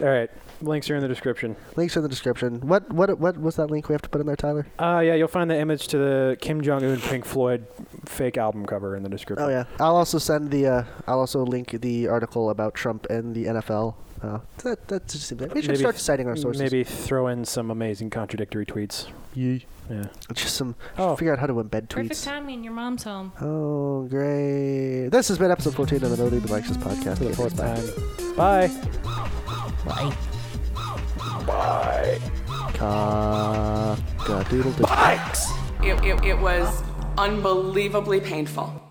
All right. Links are in the description. Links are in the description. What what what was that link we have to put in there, Tyler? Uh, yeah, you'll find the image to the Kim Jong Un Pink Floyd fake album cover in the description. Oh yeah. I'll also send the. Uh, I'll also link the article about Trump and the NFL. Uh, that that just seems like we should Maybe- start citing our sources. Maybe throw in some amazing contradictory tweets. Yeah. just some. Oh. Figure out how to embed Perfect tweets. timing. Your mom's home. Oh great! This has been episode 14 of the No Leave Devices podcast. For the fourth Bye. time. Bye. Cock-a-doodle-doo. It, it, it was unbelievably painful.